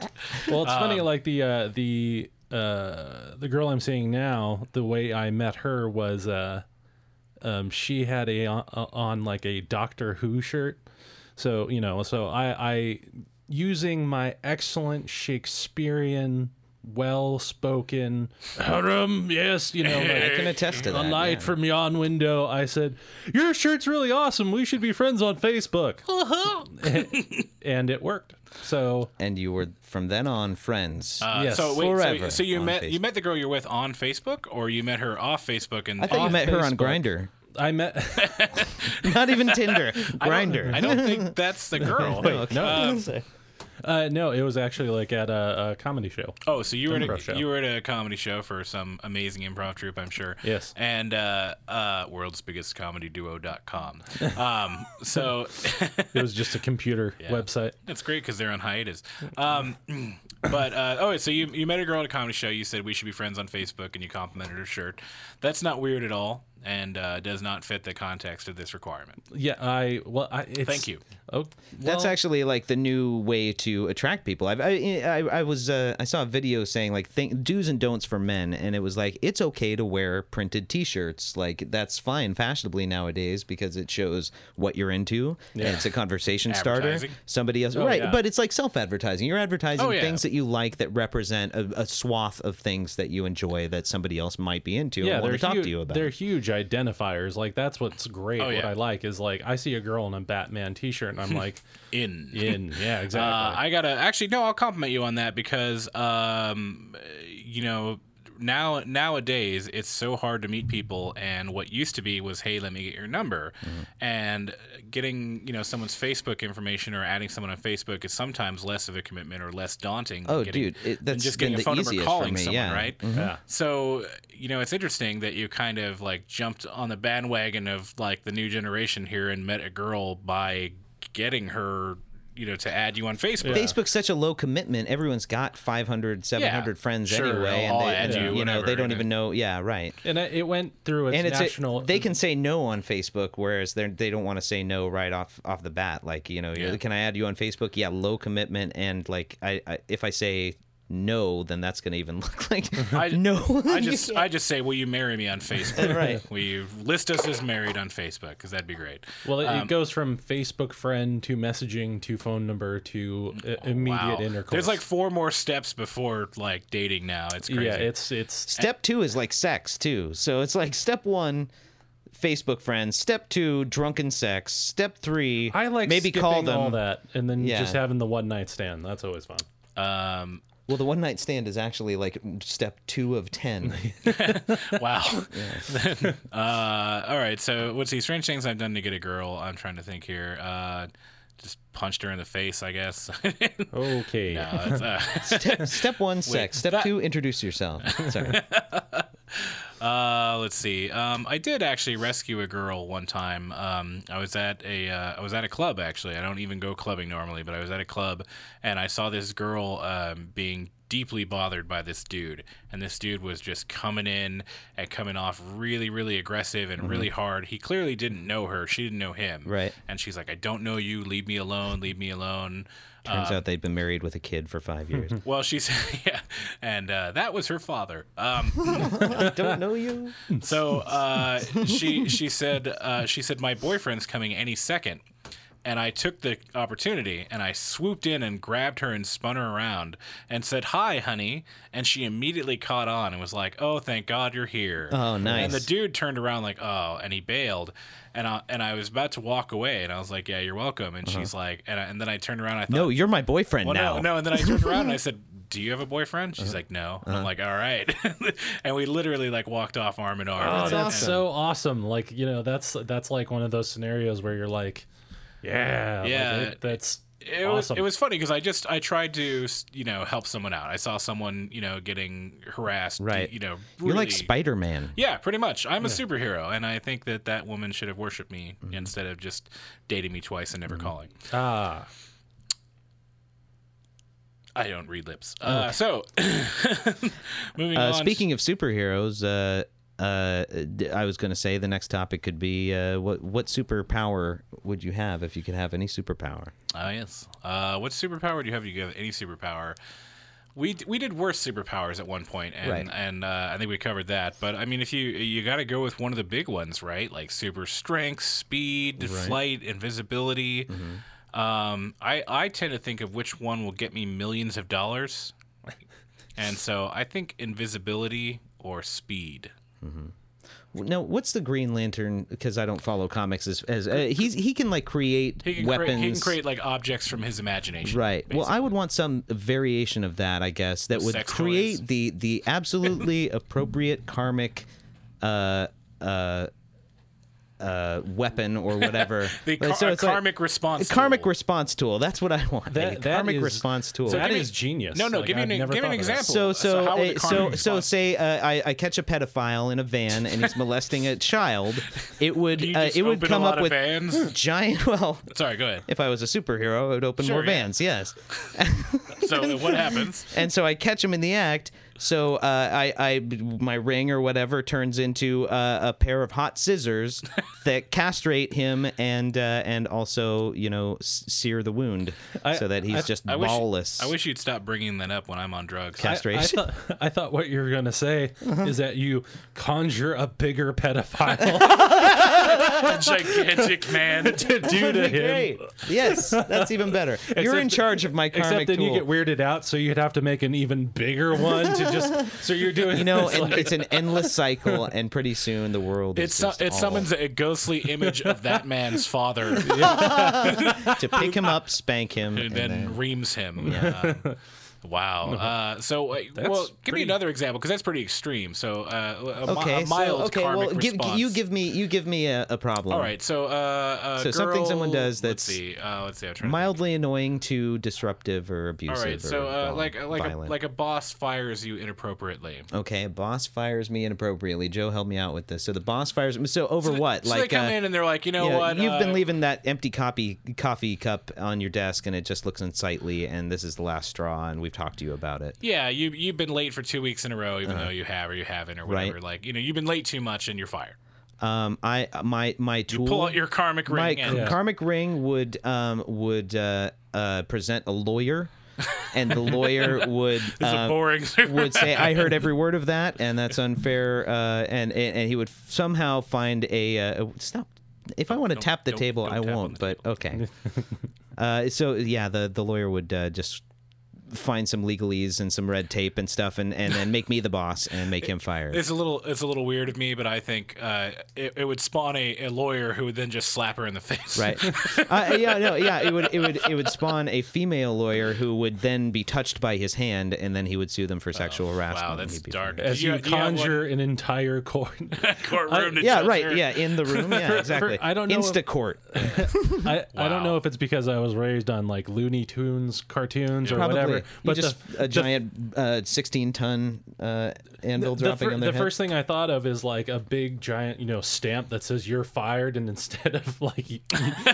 [SPEAKER 3] Well, it's funny like the uh the uh the girl I'm seeing now, the way I met her was uh um she had a on, on like a Doctor Who shirt. So, you know, so I I using my excellent Shakespearean well-spoken Harum, yes, you know,
[SPEAKER 2] I
[SPEAKER 3] like,
[SPEAKER 2] can attest to
[SPEAKER 3] a
[SPEAKER 2] that.
[SPEAKER 3] light
[SPEAKER 2] yeah.
[SPEAKER 3] from yon window. I said, "Your shirt's really awesome. We should be friends on Facebook." and it worked. So
[SPEAKER 2] And you were, from then on, friends.
[SPEAKER 1] Uh,
[SPEAKER 3] Yes,
[SPEAKER 1] so wait, so,
[SPEAKER 2] forever
[SPEAKER 1] so you
[SPEAKER 2] on
[SPEAKER 1] met you
[SPEAKER 2] Facebook.
[SPEAKER 1] met the girl you're with on Facebook, or you met her off Facebook? And
[SPEAKER 2] I thought you
[SPEAKER 1] off-
[SPEAKER 2] met her on
[SPEAKER 3] Facebook.
[SPEAKER 2] Grinder.
[SPEAKER 3] I met.
[SPEAKER 2] Not even Tinder. Grinder.
[SPEAKER 1] I don't think that's the girl.
[SPEAKER 2] No.
[SPEAKER 1] Um,
[SPEAKER 3] Uh, no, it was actually like at a, a comedy show.
[SPEAKER 1] Oh, so you were at a,
[SPEAKER 3] Improv show.
[SPEAKER 1] you were at a comedy show for some amazing improv troupe, I'm sure.
[SPEAKER 3] Yes.
[SPEAKER 1] And uh, uh, world's biggest comedy duo.com. Um, so
[SPEAKER 3] It was just a computer website.
[SPEAKER 1] that's great because they're on hiatus. Um, but uh, oh, wait, so you you met a girl at a comedy show. You said we should be friends on Facebook, and you complimented her shirt. That's not weird at all, and uh, does not fit the context of this requirement.
[SPEAKER 3] Yeah, I well, I it's,
[SPEAKER 1] Thank you.
[SPEAKER 3] Oh, well,
[SPEAKER 2] That's actually like the new way to attract people. I've, I I, I was uh, I saw a video saying like think, do's and don'ts for men, and it was like it's okay to wear printed T-shirts. Like that's fine fashionably nowadays because it shows what you're into. And it's a conversation starter.
[SPEAKER 1] Advertising.
[SPEAKER 2] Somebody else, right?
[SPEAKER 3] yeah.
[SPEAKER 2] But it's like self-advertising. You're advertising
[SPEAKER 1] Oh, yeah.
[SPEAKER 2] things that you like that represent a, a swath of things that you enjoy that somebody else might be into
[SPEAKER 3] yeah,
[SPEAKER 2] and want
[SPEAKER 3] they're
[SPEAKER 2] to talk
[SPEAKER 3] huge,
[SPEAKER 2] to you about.
[SPEAKER 3] they're huge identifiers. Like that's what's great.
[SPEAKER 1] Oh,
[SPEAKER 3] What
[SPEAKER 1] yeah.
[SPEAKER 3] I like is like I see a girl in a Batman T-shirt and I'm like,
[SPEAKER 1] In.
[SPEAKER 3] in yeah, exactly.
[SPEAKER 1] Uh, I gotta actually no, I'll compliment you on that because um, you know now nowadays it's so hard to meet people, and what used to be was hey, let me get your number,
[SPEAKER 2] Mm-hmm.
[SPEAKER 1] and getting you know someone's Facebook information or adding someone on Facebook is sometimes less of a commitment or less daunting. than
[SPEAKER 2] Oh,
[SPEAKER 1] getting-
[SPEAKER 2] dude, it,
[SPEAKER 1] than
[SPEAKER 2] that's
[SPEAKER 1] just
[SPEAKER 2] been
[SPEAKER 1] getting
[SPEAKER 2] the
[SPEAKER 1] a phone
[SPEAKER 2] easiest
[SPEAKER 1] number
[SPEAKER 2] for
[SPEAKER 1] calling
[SPEAKER 2] me.
[SPEAKER 1] someone,
[SPEAKER 2] yeah. Mm-hmm.
[SPEAKER 1] right?
[SPEAKER 3] yeah.
[SPEAKER 1] So, you know, it's interesting that you kind of like jumped on the bandwagon of like the new generation here and met a girl by getting her, you know, to add you on Facebook.
[SPEAKER 2] Facebook's such a low commitment. Everyone's got 500, 700 friends
[SPEAKER 1] Sure,
[SPEAKER 2] anyway,
[SPEAKER 1] I'll
[SPEAKER 2] and
[SPEAKER 1] add
[SPEAKER 2] they,
[SPEAKER 1] you,
[SPEAKER 2] you, know,
[SPEAKER 1] whatever,
[SPEAKER 2] they don't
[SPEAKER 1] and
[SPEAKER 2] even know. Yeah, right.
[SPEAKER 3] and I, it went through its
[SPEAKER 2] And it's
[SPEAKER 3] national.
[SPEAKER 2] a, they can say no on Facebook, whereas they they don't want to say no right off off the bat. Like you know, you're-
[SPEAKER 1] Yeah.
[SPEAKER 2] can I add you on Facebook? Yeah, low commitment, and like I, I if I say no, then that's gonna even look like
[SPEAKER 1] I-
[SPEAKER 2] no.
[SPEAKER 1] I just I just say, will you marry me on Facebook?
[SPEAKER 2] Right.
[SPEAKER 1] Will you list us as married on Facebook? Because that'd be great.
[SPEAKER 3] Well, it,
[SPEAKER 1] Um,
[SPEAKER 3] it goes from Facebook friend to messaging to phone number to uh, immediate
[SPEAKER 1] Oh, Wow.
[SPEAKER 3] intercourse.
[SPEAKER 1] There's like four more steps before like dating now. It's crazy.
[SPEAKER 3] yeah, it's it's
[SPEAKER 2] step two is like sex too. So it's like step one. Facebook friends. Step two, drunken sex. Step three,
[SPEAKER 3] I like
[SPEAKER 2] maybe call
[SPEAKER 3] skipping
[SPEAKER 2] them.
[SPEAKER 3] all that and then
[SPEAKER 2] Yeah.
[SPEAKER 3] just having the one night stand. That's always fun.
[SPEAKER 1] um,
[SPEAKER 2] Well, the one night stand is actually like step two of ten.
[SPEAKER 1] wow. uh, all right. So what's these strange things I've done to get a girl? I'm trying to think here. Uh, just punched her in the face, I guess.
[SPEAKER 3] Okay.
[SPEAKER 1] No, it's, uh,
[SPEAKER 2] step, step one, sex. Step
[SPEAKER 1] that-
[SPEAKER 2] two, introduce yourself. Sorry.
[SPEAKER 1] Uh, let's see. Um, I did actually rescue a girl one time. Um, I was at a uh, I was at a club actually. I don't even go clubbing normally, but I was at a club and I saw this girl um, being deeply bothered by this dude, and this dude was just coming in and coming off really, really aggressive and really hard. He clearly didn't know her. She didn't know him.
[SPEAKER 2] Right.
[SPEAKER 1] And she's like, "I don't know you. Leave me alone. Leave me alone."
[SPEAKER 2] Turns out they've been married with a kid for five years.
[SPEAKER 1] Well, she's yeah, and uh, that was her father. Um,
[SPEAKER 2] Don't know you.
[SPEAKER 1] So uh, she she said uh, she said my boyfriend's coming any second, and I took the opportunity and I swooped in and grabbed her and spun her around and said hi, honey, and she immediately caught on and was like, oh, thank God you're here.
[SPEAKER 2] Oh, nice.
[SPEAKER 1] And the dude turned around like, oh, and he bailed. And I, and I was about to walk away, and I was like, "Yeah, you're welcome." And she's like, and, I, and then I turned around. I thought,
[SPEAKER 2] No, you're my boyfriend
[SPEAKER 1] well,
[SPEAKER 2] now.
[SPEAKER 1] No, no, and then I turned around and I said, "Do you have a boyfriend?" She's like, "No." And I'm like, "All right," and we literally like walked off arm in arm.
[SPEAKER 3] Oh,
[SPEAKER 1] And-
[SPEAKER 3] that's
[SPEAKER 2] awesome.
[SPEAKER 3] so awesome! Like you know, that's that's like one of those scenarios where you're like, yeah, like,
[SPEAKER 1] Yeah.
[SPEAKER 3] it- that's
[SPEAKER 1] it was
[SPEAKER 3] awesome.
[SPEAKER 1] it was funny because I just I tried to you know help someone out. I saw someone you know getting harassed.
[SPEAKER 2] Right.
[SPEAKER 1] You know,
[SPEAKER 2] You're
[SPEAKER 1] really-
[SPEAKER 2] like Spider Man.
[SPEAKER 1] Yeah, pretty much. I'm a superhero, and I think that that woman should have worshipped me
[SPEAKER 2] Mm-hmm.
[SPEAKER 1] instead of just dating me twice and never calling.
[SPEAKER 3] ah,
[SPEAKER 1] I don't read lips. Uh, so, moving
[SPEAKER 2] Oh.
[SPEAKER 1] on.
[SPEAKER 2] Uh, speaking of superheroes, uh, uh, d- I was going to say the next topic could be uh, what what superpower would you have if you could have any superpower?
[SPEAKER 1] Oh yes. Uh, what superpower do you have? Do you have any superpower? We, d- we did worse superpowers at one point, and
[SPEAKER 2] Right.
[SPEAKER 1] and uh, I think we covered that. But I mean, if you you got to go with one of the big ones, right? Like super strength, speed, flight, invisibility.
[SPEAKER 2] Mm-hmm.
[SPEAKER 1] Um, I I tend to think of which one will get me millions of dollars, and so I think invisibility or speed.
[SPEAKER 2] No, what's the Green Lantern? Because I don't follow comics as, as uh, he's he can like create
[SPEAKER 1] He can,
[SPEAKER 2] weapons.
[SPEAKER 1] create, he can create like objects from his imagination.
[SPEAKER 2] Right. Well, I would want some variation of that, I guess, that would
[SPEAKER 1] Sex
[SPEAKER 2] create
[SPEAKER 1] toys.
[SPEAKER 2] the the absolutely appropriate karmic uh uh uh, weapon or whatever.
[SPEAKER 1] The
[SPEAKER 2] Like,
[SPEAKER 1] car- a
[SPEAKER 2] like-
[SPEAKER 1] karmic response
[SPEAKER 2] A karmic
[SPEAKER 1] tool.
[SPEAKER 2] response tool. That's what I want. a
[SPEAKER 3] That- that
[SPEAKER 2] karmic
[SPEAKER 3] is-
[SPEAKER 2] response tool.
[SPEAKER 3] So
[SPEAKER 2] That
[SPEAKER 3] that
[SPEAKER 1] me-
[SPEAKER 3] is genius.
[SPEAKER 1] No, no, give me
[SPEAKER 3] I've
[SPEAKER 1] an-
[SPEAKER 3] never
[SPEAKER 1] give me an
[SPEAKER 3] thought of that.
[SPEAKER 1] example.
[SPEAKER 2] so so
[SPEAKER 1] So how would
[SPEAKER 2] uh,
[SPEAKER 1] the
[SPEAKER 2] so,
[SPEAKER 1] karmic
[SPEAKER 2] so
[SPEAKER 1] response-
[SPEAKER 2] say uh, I, I catch a pedophile in a van and he's molesting a child it would
[SPEAKER 1] You
[SPEAKER 2] uh,
[SPEAKER 1] just
[SPEAKER 2] it would
[SPEAKER 1] open a
[SPEAKER 2] come
[SPEAKER 1] lot
[SPEAKER 2] up
[SPEAKER 1] of
[SPEAKER 2] with
[SPEAKER 1] vans?
[SPEAKER 2] giant well
[SPEAKER 1] Sorry, go ahead.
[SPEAKER 2] if I was a superhero I would open
[SPEAKER 1] Sure,
[SPEAKER 2] more
[SPEAKER 1] yeah.
[SPEAKER 2] vans yes
[SPEAKER 1] So what happens?
[SPEAKER 2] and so I catch him in the act. So uh, I, I, my ring or whatever turns into uh, a pair of hot scissors that castrate him and uh, and also you know s- sear the wound
[SPEAKER 3] I-
[SPEAKER 2] so that he's
[SPEAKER 3] I-
[SPEAKER 2] just
[SPEAKER 1] I wish,
[SPEAKER 2] ballless.
[SPEAKER 1] I wish you'd stop bringing that up when I'm on drugs.
[SPEAKER 2] Cast-
[SPEAKER 3] I, I
[SPEAKER 2] Castration.
[SPEAKER 3] thought, I thought what you were going to say is that you conjure a bigger pedophile
[SPEAKER 1] A gigantic man.
[SPEAKER 3] to do to him.
[SPEAKER 2] Great. Yes, that's even better. You're in
[SPEAKER 3] Except-
[SPEAKER 2] charge of my karmic
[SPEAKER 3] Except then
[SPEAKER 2] tool.
[SPEAKER 3] you get weirded out, so you'd have to make an even bigger one to just. So you're doing.
[SPEAKER 2] you know,
[SPEAKER 3] this,
[SPEAKER 2] and
[SPEAKER 3] like-
[SPEAKER 2] it's an endless cycle, and pretty soon the world
[SPEAKER 1] It,
[SPEAKER 2] is
[SPEAKER 1] su-
[SPEAKER 2] just
[SPEAKER 1] it
[SPEAKER 2] all-
[SPEAKER 1] summons a ghostly image of that man's father
[SPEAKER 2] to pick him up, spank him,
[SPEAKER 1] and then reams him. Um, wow. Uh, so, uh, well, give
[SPEAKER 3] pretty-
[SPEAKER 1] me another example because that's pretty extreme. So, uh, a, mi-
[SPEAKER 2] okay,
[SPEAKER 1] a mild
[SPEAKER 2] so, okay,
[SPEAKER 1] karmic
[SPEAKER 2] well, give,
[SPEAKER 1] response.
[SPEAKER 2] you give me you give me a, a problem.
[SPEAKER 1] All right. So, uh, uh,
[SPEAKER 2] So something someone
[SPEAKER 1] girl-
[SPEAKER 2] does that's
[SPEAKER 1] let's see. Uh, let's see. I'm trying to
[SPEAKER 2] mildly annoying to disruptive or abusive.
[SPEAKER 1] All right,
[SPEAKER 2] or,
[SPEAKER 1] so uh,
[SPEAKER 2] um,
[SPEAKER 1] like like a,
[SPEAKER 2] violent.
[SPEAKER 1] like a boss fires you inappropriately.
[SPEAKER 2] okay, a boss fires me inappropriately. Joe helped me out with this. So the boss fires. So over what?
[SPEAKER 1] So they
[SPEAKER 2] like
[SPEAKER 1] come
[SPEAKER 2] uh,
[SPEAKER 1] in and they're like, you know
[SPEAKER 2] yeah,
[SPEAKER 1] what?
[SPEAKER 2] you've been
[SPEAKER 1] uh,
[SPEAKER 2] leaving that empty copy coffee cup on your desk, and it just looks unsightly. And this is the last straw, and we've talked to you about it.
[SPEAKER 1] Yeah, you you've been late for two weeks in a row, even though you have or you haven't or
[SPEAKER 2] Uh-huh. Right.
[SPEAKER 1] whatever. Like you know, you've been late too much and you're fired.
[SPEAKER 2] Um, I my my tool.
[SPEAKER 1] Pull out your karmic
[SPEAKER 2] my
[SPEAKER 1] ring.
[SPEAKER 2] k-
[SPEAKER 1] and,
[SPEAKER 2] karmic ring would um would uh, uh present a lawyer, and the lawyer would
[SPEAKER 1] It's a
[SPEAKER 2] um,
[SPEAKER 1] boring.
[SPEAKER 2] would say, "I heard every word of that, and that's unfair." Uh, and, and and he would somehow find a uh, stop. If I want to tap the
[SPEAKER 1] don't-
[SPEAKER 2] table,
[SPEAKER 1] don't
[SPEAKER 2] I
[SPEAKER 1] tap on the
[SPEAKER 2] won't. But okay. uh, so yeah, the the lawyer would uh, just find some legalese and some red tape and stuff, and and then make me the boss and make him fired.
[SPEAKER 1] It's a little, it's a little weird of me, but I think uh, it, it would spawn a, a lawyer who would then just slap her in the face.
[SPEAKER 2] Right. Uh, yeah. No. Yeah. It would. It would. It would spawn a female lawyer who would then be touched by his hand, and then he would sue them for sexual harassment.
[SPEAKER 1] Oh, Wow,
[SPEAKER 2] and
[SPEAKER 1] that's
[SPEAKER 2] he'd be
[SPEAKER 1] dark.
[SPEAKER 3] as
[SPEAKER 1] Do
[SPEAKER 3] you,
[SPEAKER 1] do have one
[SPEAKER 3] conjure an entire court.
[SPEAKER 1] courtroom to
[SPEAKER 2] Yeah,
[SPEAKER 1] judge
[SPEAKER 2] right.
[SPEAKER 1] her?
[SPEAKER 2] Yeah, in the room. Yeah, exactly.
[SPEAKER 3] I don't know if-
[SPEAKER 2] Insta court.
[SPEAKER 3] I, I
[SPEAKER 1] Wow.
[SPEAKER 3] don't know if it's because I was raised on like Looney Tunes cartoons or
[SPEAKER 2] Probably.
[SPEAKER 3] whatever.
[SPEAKER 2] But
[SPEAKER 3] But
[SPEAKER 2] just
[SPEAKER 3] the,
[SPEAKER 2] a giant uh, 16 ton uh, anvil
[SPEAKER 3] the
[SPEAKER 2] dropping
[SPEAKER 3] fir-
[SPEAKER 2] on their
[SPEAKER 3] the
[SPEAKER 2] head.
[SPEAKER 3] first thing I thought of is like a big giant, you know, stamp that says you're fired, and instead of like you-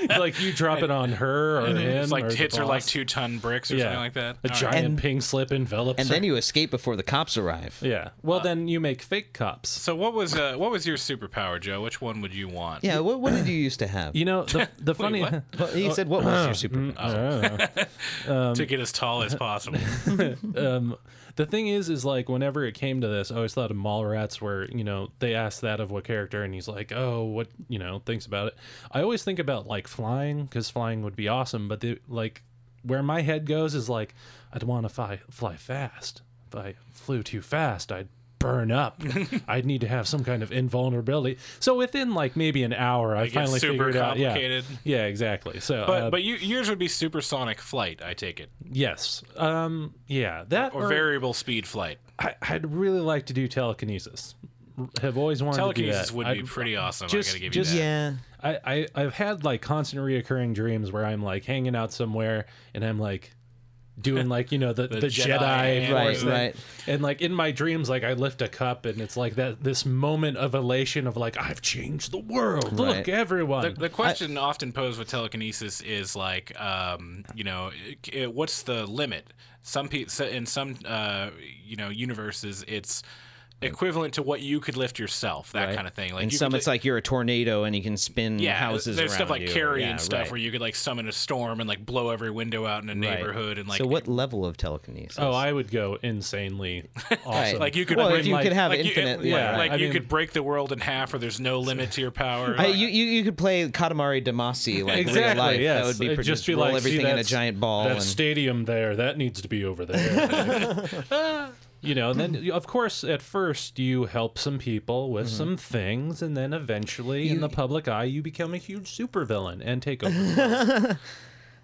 [SPEAKER 3] like you drop it on her or him,
[SPEAKER 1] It's like
[SPEAKER 3] or the
[SPEAKER 1] tits are like
[SPEAKER 3] boss.
[SPEAKER 1] two ton bricks or
[SPEAKER 3] yeah,
[SPEAKER 1] something like that.
[SPEAKER 3] A
[SPEAKER 1] All right.
[SPEAKER 3] giant
[SPEAKER 2] And-
[SPEAKER 3] pink slip envelops.
[SPEAKER 2] and then you Uh, escape before the cops arrive.
[SPEAKER 3] her. yeah. Well, then you make fake cops.
[SPEAKER 1] So what was uh, what was your superpower, Joe? Which one would you want?
[SPEAKER 2] Yeah, what, what did you used to have?
[SPEAKER 3] You Mm-hmm. know the the funny.
[SPEAKER 1] what? Oh.
[SPEAKER 2] Well, he said, what was your superpower?
[SPEAKER 3] I don't know.
[SPEAKER 1] to get as tall as possible.
[SPEAKER 3] um, the thing is, is like whenever it came to this, I always thought of Mallrats, where you know they asked that of what character, and he's like, "Oh, what you know thinks about it." I always think about like flying because flying would be awesome, but the, like where my head goes is like, I'd want to fly fly fast. If I flew too fast, I'd burn up. I'd need to have some kind of invulnerability. So within like maybe an hour, I
[SPEAKER 1] It gets
[SPEAKER 3] finally
[SPEAKER 1] super
[SPEAKER 3] figured out. Yeah,
[SPEAKER 1] complicated.
[SPEAKER 3] yeah, exactly. So,
[SPEAKER 1] But
[SPEAKER 3] uh,
[SPEAKER 1] but you, yours would be supersonic flight, I take it,
[SPEAKER 3] yes, um, yeah, that
[SPEAKER 1] or variable speed flight.
[SPEAKER 3] I, I'd really like to do telekinesis. R- Have always wanted
[SPEAKER 1] Telekinesis
[SPEAKER 3] to do that.
[SPEAKER 1] would
[SPEAKER 3] I'd-
[SPEAKER 1] be pretty awesome.
[SPEAKER 3] just-
[SPEAKER 1] I gotta give
[SPEAKER 3] just-
[SPEAKER 1] you that.
[SPEAKER 2] Yeah.
[SPEAKER 3] I, I I've had like constant reoccurring dreams where I'm like hanging out somewhere and I'm like doing like you know the, the,
[SPEAKER 1] Jedi
[SPEAKER 3] Jedi,
[SPEAKER 1] hand
[SPEAKER 3] force
[SPEAKER 2] Right,
[SPEAKER 3] thing.
[SPEAKER 2] right.
[SPEAKER 3] and like in my dreams like I lift a cup and it's like that this moment of elation of like I've changed the world
[SPEAKER 2] Right.
[SPEAKER 3] look everyone
[SPEAKER 1] The, the question often posed with telekinesis is like, um, you know, it, it- what's the limit? Some pe- so in some uh, you know universes, it's equivalent to what you could lift yourself, that kind of thing. Like
[SPEAKER 2] and
[SPEAKER 1] you
[SPEAKER 2] some,
[SPEAKER 1] could
[SPEAKER 2] it's
[SPEAKER 1] li-
[SPEAKER 2] like you're a tornado and you can spin
[SPEAKER 1] yeah,
[SPEAKER 2] houses
[SPEAKER 1] there's
[SPEAKER 2] around
[SPEAKER 1] stuff like
[SPEAKER 2] you.
[SPEAKER 1] carry
[SPEAKER 2] Yeah,
[SPEAKER 1] and stuff
[SPEAKER 2] right,
[SPEAKER 1] where you could like summon a storm and like blow every window out in a
[SPEAKER 2] right.
[SPEAKER 1] neighborhood and like
[SPEAKER 2] so what level of telekinesis?
[SPEAKER 3] oh I would go insanely
[SPEAKER 2] Right.
[SPEAKER 3] awesome
[SPEAKER 1] Like you could
[SPEAKER 2] well, if
[SPEAKER 1] bring,
[SPEAKER 2] you
[SPEAKER 3] like-
[SPEAKER 2] could have
[SPEAKER 1] like you-
[SPEAKER 2] infinite,
[SPEAKER 1] like-
[SPEAKER 2] yeah,
[SPEAKER 3] right.
[SPEAKER 1] like
[SPEAKER 3] I
[SPEAKER 1] you
[SPEAKER 3] mean-
[SPEAKER 1] could break the world in half, or there's no limit to your power.
[SPEAKER 2] Uh, you, you you could play Katamari Damacy like real
[SPEAKER 3] Exactly,
[SPEAKER 2] life. That
[SPEAKER 3] yes.
[SPEAKER 2] would be
[SPEAKER 3] It'd
[SPEAKER 2] pretty,
[SPEAKER 3] just be
[SPEAKER 2] roll
[SPEAKER 3] like, see,
[SPEAKER 2] everything in a
[SPEAKER 3] that's-
[SPEAKER 2] giant ball.
[SPEAKER 3] that
[SPEAKER 2] and,
[SPEAKER 3] stadium there that needs to be over there you know and then you- of course at first you help some people with
[SPEAKER 2] Mm-hmm.
[SPEAKER 3] some things and then eventually in the public eye you become a huge supervillain and take over the world.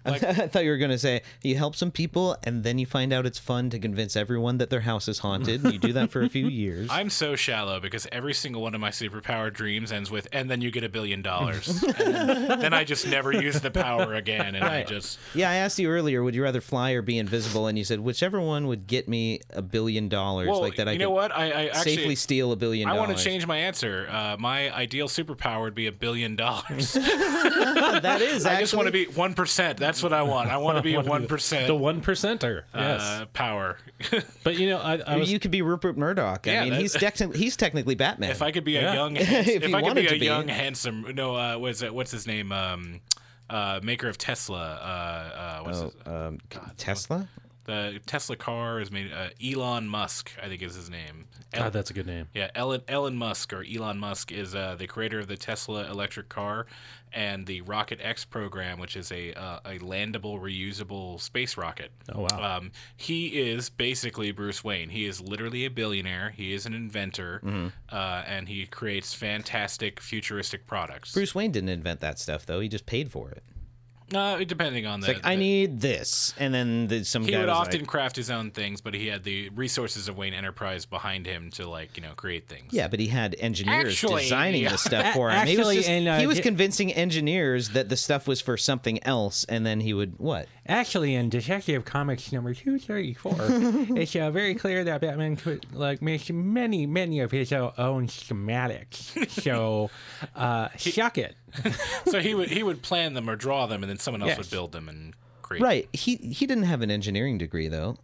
[SPEAKER 2] I thought you were going to say you help some people and then you find out it's fun to convince everyone that their house is haunted. and You do that for a few years.
[SPEAKER 1] I'm so shallow because every single one of my superpower dreams ends with, and then you get a billion dollars. And then, then I just never use the power again, and I just
[SPEAKER 2] yeah, I asked you earlier, would you rather fly or be invisible? And you said whichever one would get me a billion dollars,
[SPEAKER 1] well,
[SPEAKER 2] like that
[SPEAKER 1] you
[SPEAKER 2] I could
[SPEAKER 1] know what? I, I actually
[SPEAKER 2] safely steal a billion.
[SPEAKER 1] I
[SPEAKER 2] dollars.
[SPEAKER 1] want to change my answer. Uh, my ideal superpower would be a billion dollars.
[SPEAKER 2] that is.
[SPEAKER 1] I just want to be one percent. That's what I want. I want to be a one
[SPEAKER 3] The
[SPEAKER 1] percent
[SPEAKER 3] one percenter. Yes.
[SPEAKER 1] uh, power.
[SPEAKER 3] but you know, I, I was
[SPEAKER 2] you could be Rupert Murdoch. I
[SPEAKER 1] Yeah,
[SPEAKER 2] mean,
[SPEAKER 1] that-
[SPEAKER 2] he's techni- he's technically Batman.
[SPEAKER 1] If I could be
[SPEAKER 3] Yeah.
[SPEAKER 1] a young, handsome,
[SPEAKER 2] If
[SPEAKER 1] if,
[SPEAKER 2] you
[SPEAKER 1] I could
[SPEAKER 2] wanted
[SPEAKER 1] be a
[SPEAKER 2] to be.
[SPEAKER 1] young handsome, no, uh, what's it, what's his name? Um, uh, maker of Tesla. Uh, uh, what's his,
[SPEAKER 2] um, Tesla.
[SPEAKER 1] the Tesla car is made. Uh, Elon Musk, I think, is his name. El-
[SPEAKER 3] God, that's a good name.
[SPEAKER 1] yeah, Elon, Elon Musk or Elon Musk is uh, the creator of the Tesla electric car and the Rocket X program, which is a uh, a landable, reusable space rocket.
[SPEAKER 3] Oh, wow.
[SPEAKER 1] Um, he is basically Bruce Wayne. He is literally a billionaire. He is an inventor,
[SPEAKER 2] Mm-hmm.
[SPEAKER 1] uh, and he creates fantastic, futuristic products.
[SPEAKER 2] Bruce Wayne didn't invent that stuff though. He just paid for it.
[SPEAKER 1] uh, depending on the,
[SPEAKER 2] Like I
[SPEAKER 1] the-
[SPEAKER 2] need this, and then the, some
[SPEAKER 1] He
[SPEAKER 2] guy
[SPEAKER 1] would
[SPEAKER 2] was
[SPEAKER 1] often
[SPEAKER 2] like,
[SPEAKER 1] craft his own things, but he had the resources of Wayne Enterprise behind him to like you know create things.
[SPEAKER 2] yeah, but he had engineers
[SPEAKER 1] Actually,
[SPEAKER 2] designing
[SPEAKER 1] yeah.
[SPEAKER 2] the stuff for him. he was,
[SPEAKER 4] actually,
[SPEAKER 2] just-
[SPEAKER 4] and, uh,
[SPEAKER 2] he was
[SPEAKER 4] di-
[SPEAKER 2] convincing engineers that the stuff was for something else, and then he would what?
[SPEAKER 4] Actually, in Detective Comics number 234, it's uh, very clear that Batman could, like makes many, many of his o- own schematics. So, uh, suck it.
[SPEAKER 1] so he would he would plan them or draw them, and then someone else
[SPEAKER 4] Yes.
[SPEAKER 1] would build them and create.
[SPEAKER 2] Right. He he didn't have an engineering degree though.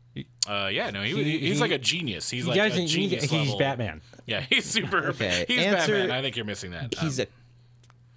[SPEAKER 1] Uh, yeah. No. He,
[SPEAKER 4] He-
[SPEAKER 1] he's
[SPEAKER 4] he-
[SPEAKER 1] like a genius. He's
[SPEAKER 4] He
[SPEAKER 1] like a
[SPEAKER 4] doesn't need it.
[SPEAKER 1] genius
[SPEAKER 4] He's
[SPEAKER 1] level.
[SPEAKER 4] Batman.
[SPEAKER 1] Yeah. He's super.
[SPEAKER 2] Okay,
[SPEAKER 1] He's
[SPEAKER 2] answer-
[SPEAKER 1] Batman. I think you're missing that. Um,
[SPEAKER 2] He's a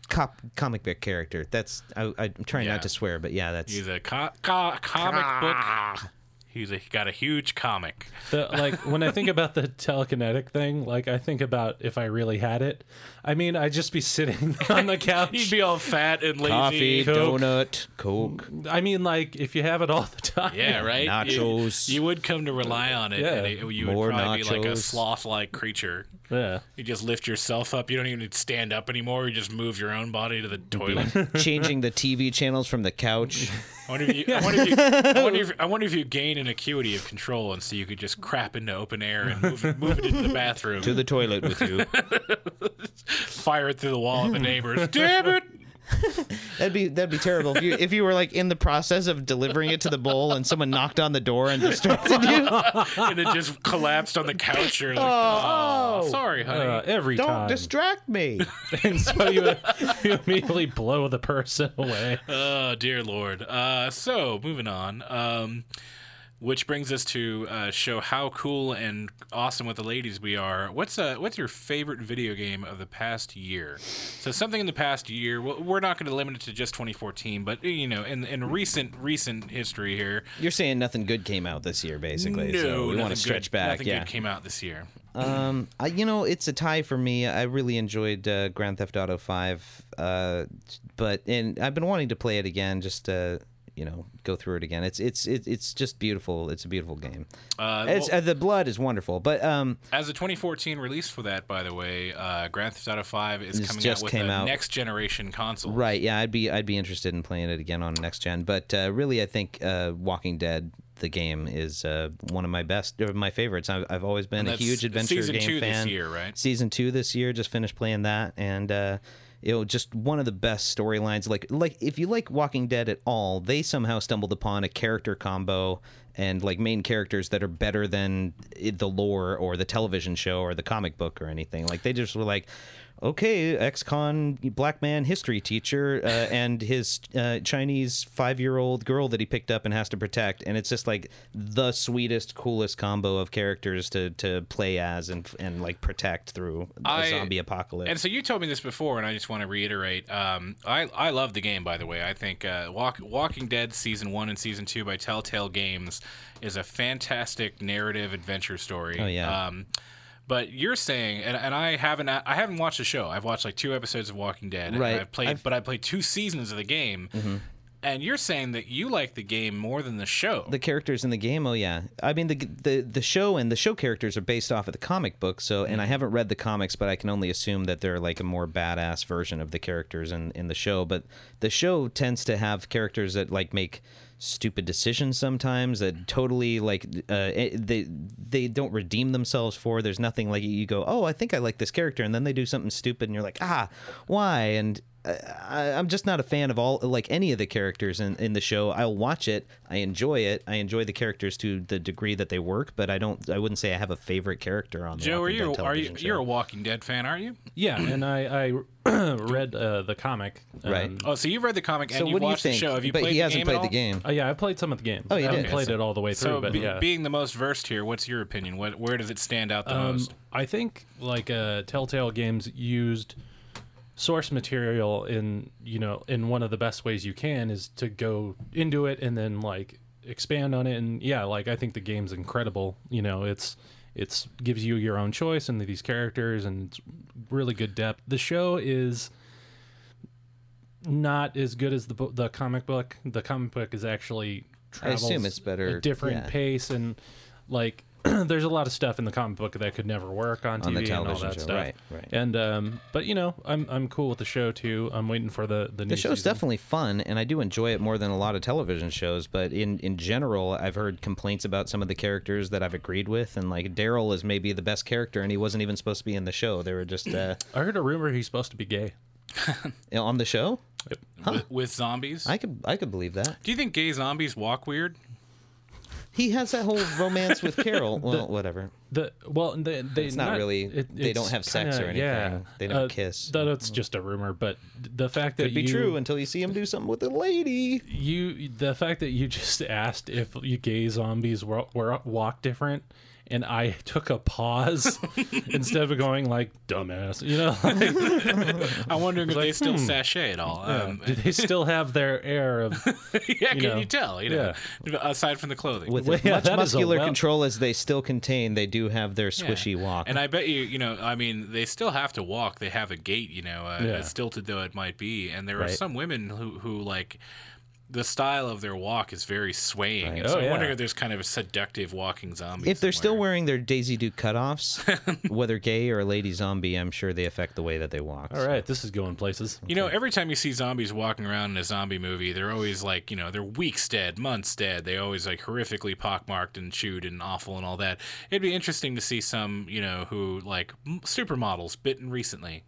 [SPEAKER 2] cop comic book character. That's I, I'm trying
[SPEAKER 1] Yeah.
[SPEAKER 2] not to swear, but yeah, that's
[SPEAKER 1] he's a co- co- comic book. He's a, he got a huge comic.
[SPEAKER 3] The, like when I think about the telekinetic thing, like I think about if I really had it. I mean, I'd just be sitting on the
[SPEAKER 1] He'd
[SPEAKER 3] couch.
[SPEAKER 1] be all fat and lazy.
[SPEAKER 2] coffee,
[SPEAKER 3] Coke.
[SPEAKER 2] donut, coke.
[SPEAKER 3] I mean, like if you have it all the time.
[SPEAKER 1] Yeah, right. You-
[SPEAKER 2] Nachos.
[SPEAKER 1] You, would come to rely on it,
[SPEAKER 3] Yeah.
[SPEAKER 1] and it, you would
[SPEAKER 2] More
[SPEAKER 1] probably be like a
[SPEAKER 2] nachos.
[SPEAKER 1] sloth-like creature.
[SPEAKER 3] Yeah.
[SPEAKER 1] You just lift yourself up. You don't even need to stand up anymore. You just move your own body to the toilet.
[SPEAKER 2] Changing the TV channels from the couch.
[SPEAKER 1] I wonder if you, I wonder if you, I wonder if, I wonder if you gain an acuity of control, and so you could just crap into open air and move it, move it into the bathroom,
[SPEAKER 2] to the toilet with you.
[SPEAKER 1] fire it through the wall at the neighbors. Damn it!
[SPEAKER 2] That'd be that'd be terrible if you if you were like in the process of delivering it to the bowl and someone knocked on the door and distracted you.
[SPEAKER 1] And it just collapsed on the couch. You're like, oh, sorry, honey.
[SPEAKER 3] Uh, every
[SPEAKER 2] Don't
[SPEAKER 3] time.
[SPEAKER 2] distract me.
[SPEAKER 3] and so you, you immediately blow the person away.
[SPEAKER 1] Oh, dear Lord. Uh, so, moving on. Um, which brings us to uh, show how cool and awesome with the ladies we are. What's uh, what's your favorite video game of the past year? So something in the past year. well, We're not going to limit it to just 2014, but you know, in in recent recent history here.
[SPEAKER 2] You're saying nothing good came out this year, basically. so we want
[SPEAKER 1] nothing
[SPEAKER 2] to stretch
[SPEAKER 1] good,
[SPEAKER 2] back.
[SPEAKER 1] Nothing
[SPEAKER 2] yeah.
[SPEAKER 1] good came out this year.
[SPEAKER 2] Um, I, you know, it's a tie for me. I really enjoyed uh, Grand Theft Auto Five, uh, but and I've been wanting to play it again, just to you know go through it again. It's it's it, it's just beautiful. It's a beautiful game.
[SPEAKER 1] Uh,
[SPEAKER 2] it's
[SPEAKER 1] well-
[SPEAKER 2] uh, the blood is wonderful, but um,
[SPEAKER 1] As a 2014 release for that, by the way, uh, Grand Theft Auto 5 is
[SPEAKER 2] This
[SPEAKER 1] coming
[SPEAKER 2] just
[SPEAKER 1] out with
[SPEAKER 2] came
[SPEAKER 1] a
[SPEAKER 2] out.
[SPEAKER 1] next generation console.
[SPEAKER 2] right, yeah, I'd be I'd be interested in playing it again on next gen. But uh, really, I think uh, Walking Dead. The game is uh, one of my best, or my favorites. I've, I've always been a
[SPEAKER 1] that's
[SPEAKER 2] huge adventure
[SPEAKER 1] season
[SPEAKER 2] game
[SPEAKER 1] two this
[SPEAKER 2] fan.
[SPEAKER 1] year, right?
[SPEAKER 2] season two this year. Just finished playing that, and uh, it was just one of the best storylines. Like like if you like Walking Dead at all, they somehow stumbled upon a character combo and like main characters that are better than i- the lore or the television show or the comic book or anything. Like they just were like. Okay, ex-con black man history teacher uh, and his uh, Chinese five-year-old girl that he picked up and has to protect, and it's just like the sweetest, coolest combo of characters to to play as and and like protect through a
[SPEAKER 1] I-
[SPEAKER 2] zombie apocalypse.
[SPEAKER 1] And so you told me this before, and I just want to reiterate. Um, I I love the game, by the way. I think uh, Walk, Walking Dead season one and season two by Telltale Games is a fantastic narrative adventure story. Oh
[SPEAKER 2] yeah.
[SPEAKER 1] Um, but you're saying, and, and I haven't I haven't watched the show. I've watched like two episodes of Walking Dead. and
[SPEAKER 2] Right.
[SPEAKER 1] I've played,
[SPEAKER 2] I've- Mm-hmm.
[SPEAKER 1] but I played two seasons of the game. And you're saying that you like the game more than the show.
[SPEAKER 2] the characters in the game oh yeah i mean the the the show and the show characters are based off of the comic book so and i haven't read the comics but i can only assume that they're like a more badass version of the characters in in the show but the show tends to have characters that like make stupid decisions sometimes that totally like uh, it- they they don't redeem themselves for there's nothing like you go oh i think i like this character and then they do something stupid and you're like ah why and I, I'm just not a fan of all like any of the characters in, in the show. I'll watch it. I enjoy it. I enjoy the characters to the degree that they work, but I don't. I wouldn't say I have a favorite character on. the
[SPEAKER 1] Joe, are
[SPEAKER 2] Walking
[SPEAKER 1] you
[SPEAKER 2] Dead
[SPEAKER 1] are you
[SPEAKER 2] television
[SPEAKER 1] you're a
[SPEAKER 2] show.
[SPEAKER 1] Walking Dead fan, aren't you?
[SPEAKER 3] Yeah, and I I read uh, the comic. um,
[SPEAKER 2] Right.
[SPEAKER 1] Oh, so you've read the comic
[SPEAKER 2] So
[SPEAKER 1] and
[SPEAKER 2] what
[SPEAKER 1] you've
[SPEAKER 2] do you
[SPEAKER 1] watched
[SPEAKER 2] think?
[SPEAKER 1] the show. Have you
[SPEAKER 2] but
[SPEAKER 1] played
[SPEAKER 2] he
[SPEAKER 1] the
[SPEAKER 2] hasn't
[SPEAKER 1] game at
[SPEAKER 2] played
[SPEAKER 1] all?
[SPEAKER 2] the game.
[SPEAKER 3] uh, yeah, I played some of the game.
[SPEAKER 2] Oh, you
[SPEAKER 3] I haven't
[SPEAKER 2] did.
[SPEAKER 3] played it all the way through,
[SPEAKER 1] So,
[SPEAKER 3] but
[SPEAKER 1] be-
[SPEAKER 3] yeah.
[SPEAKER 1] being the most versed here, what's your opinion? What where does it stand out the
[SPEAKER 3] Um,
[SPEAKER 1] most?
[SPEAKER 3] I think like uh, Telltale Games used source material in you know in one of the best ways you can is to go into it and then like expand on it and yeah like I think the game's incredible you know it's it's gives you your own choice and these characters and it's really good depth the show is not as good as the bo- the comic book the comic book is actually
[SPEAKER 2] I assume
[SPEAKER 3] travels
[SPEAKER 2] it's better-
[SPEAKER 3] a different
[SPEAKER 2] yeah.
[SPEAKER 3] pace and like there's a lot of stuff in the comic book that could never work on TV
[SPEAKER 2] On the
[SPEAKER 3] and all
[SPEAKER 2] television
[SPEAKER 3] that
[SPEAKER 2] show,
[SPEAKER 3] stuff.
[SPEAKER 2] right, right.
[SPEAKER 3] And um, but you know, I'm I'm cool with the show too. I'm waiting for the the new
[SPEAKER 2] The show's
[SPEAKER 3] season.
[SPEAKER 2] definitely fun, and I do enjoy it more than a lot of television shows. But in in general, I've heard complaints about some of the characters that I've agreed with, and like Daryl is maybe the best character, and he wasn't even supposed to be in the show. They were just uh,
[SPEAKER 3] I heard a rumor he's supposed to be gay.
[SPEAKER 2] on the show.
[SPEAKER 1] With, with zombies?
[SPEAKER 2] I could I could believe that.
[SPEAKER 1] Do you think gay zombies walk weird?
[SPEAKER 2] He has that whole romance with Carol. Well, whatever.
[SPEAKER 3] The well, and they, they
[SPEAKER 2] It's not really- they don't have sex or anything. They don't kiss.
[SPEAKER 3] Uh,
[SPEAKER 2] Mm-hmm.
[SPEAKER 3] That it's just a rumor, but the fact that
[SPEAKER 2] Could be
[SPEAKER 3] you,
[SPEAKER 2] true until you see him do something with a lady.
[SPEAKER 3] you the fact that you just asked if you gay zombies were, were walk different and i took a pause instead of going like dumbass you know like,
[SPEAKER 1] I'm wondering if they still
[SPEAKER 3] hmm.
[SPEAKER 1] sachet at all. Um,
[SPEAKER 3] do they still have their air of
[SPEAKER 1] yeah, can
[SPEAKER 3] know.
[SPEAKER 1] you tell? You know, aside from the clothing.
[SPEAKER 2] With as
[SPEAKER 3] yeah,
[SPEAKER 2] much
[SPEAKER 3] that is a
[SPEAKER 2] muscular
[SPEAKER 3] well-
[SPEAKER 2] control as they still contain, they do have their
[SPEAKER 1] Yeah.
[SPEAKER 2] swishy walk.
[SPEAKER 1] And I bet you, you know, I mean, they still have to walk. They have a gait, you know, uh,
[SPEAKER 3] Yeah.
[SPEAKER 1] as stilted though it might be. And there are
[SPEAKER 2] Right.
[SPEAKER 1] some women who, who like, the style of their walk is very swaying. And
[SPEAKER 3] Oh,
[SPEAKER 1] so I'm
[SPEAKER 3] yeah.
[SPEAKER 1] wondering if there's kind of a seductive walking zombie.
[SPEAKER 2] if they're still
[SPEAKER 1] somewhere.
[SPEAKER 2] wearing their Daisy Duke cutoffs, whether gay or a lady zombie, I'm sure they affect the way that they walk.
[SPEAKER 3] all right this is going places
[SPEAKER 1] You know, every time you see zombies walking around in a zombie movie, they're always like, you know, they're weeks dead, months dead. They always like horrifically pockmarked and chewed and awful and all that. It'd be interesting to see some, you know, who like m- supermodels bitten recently.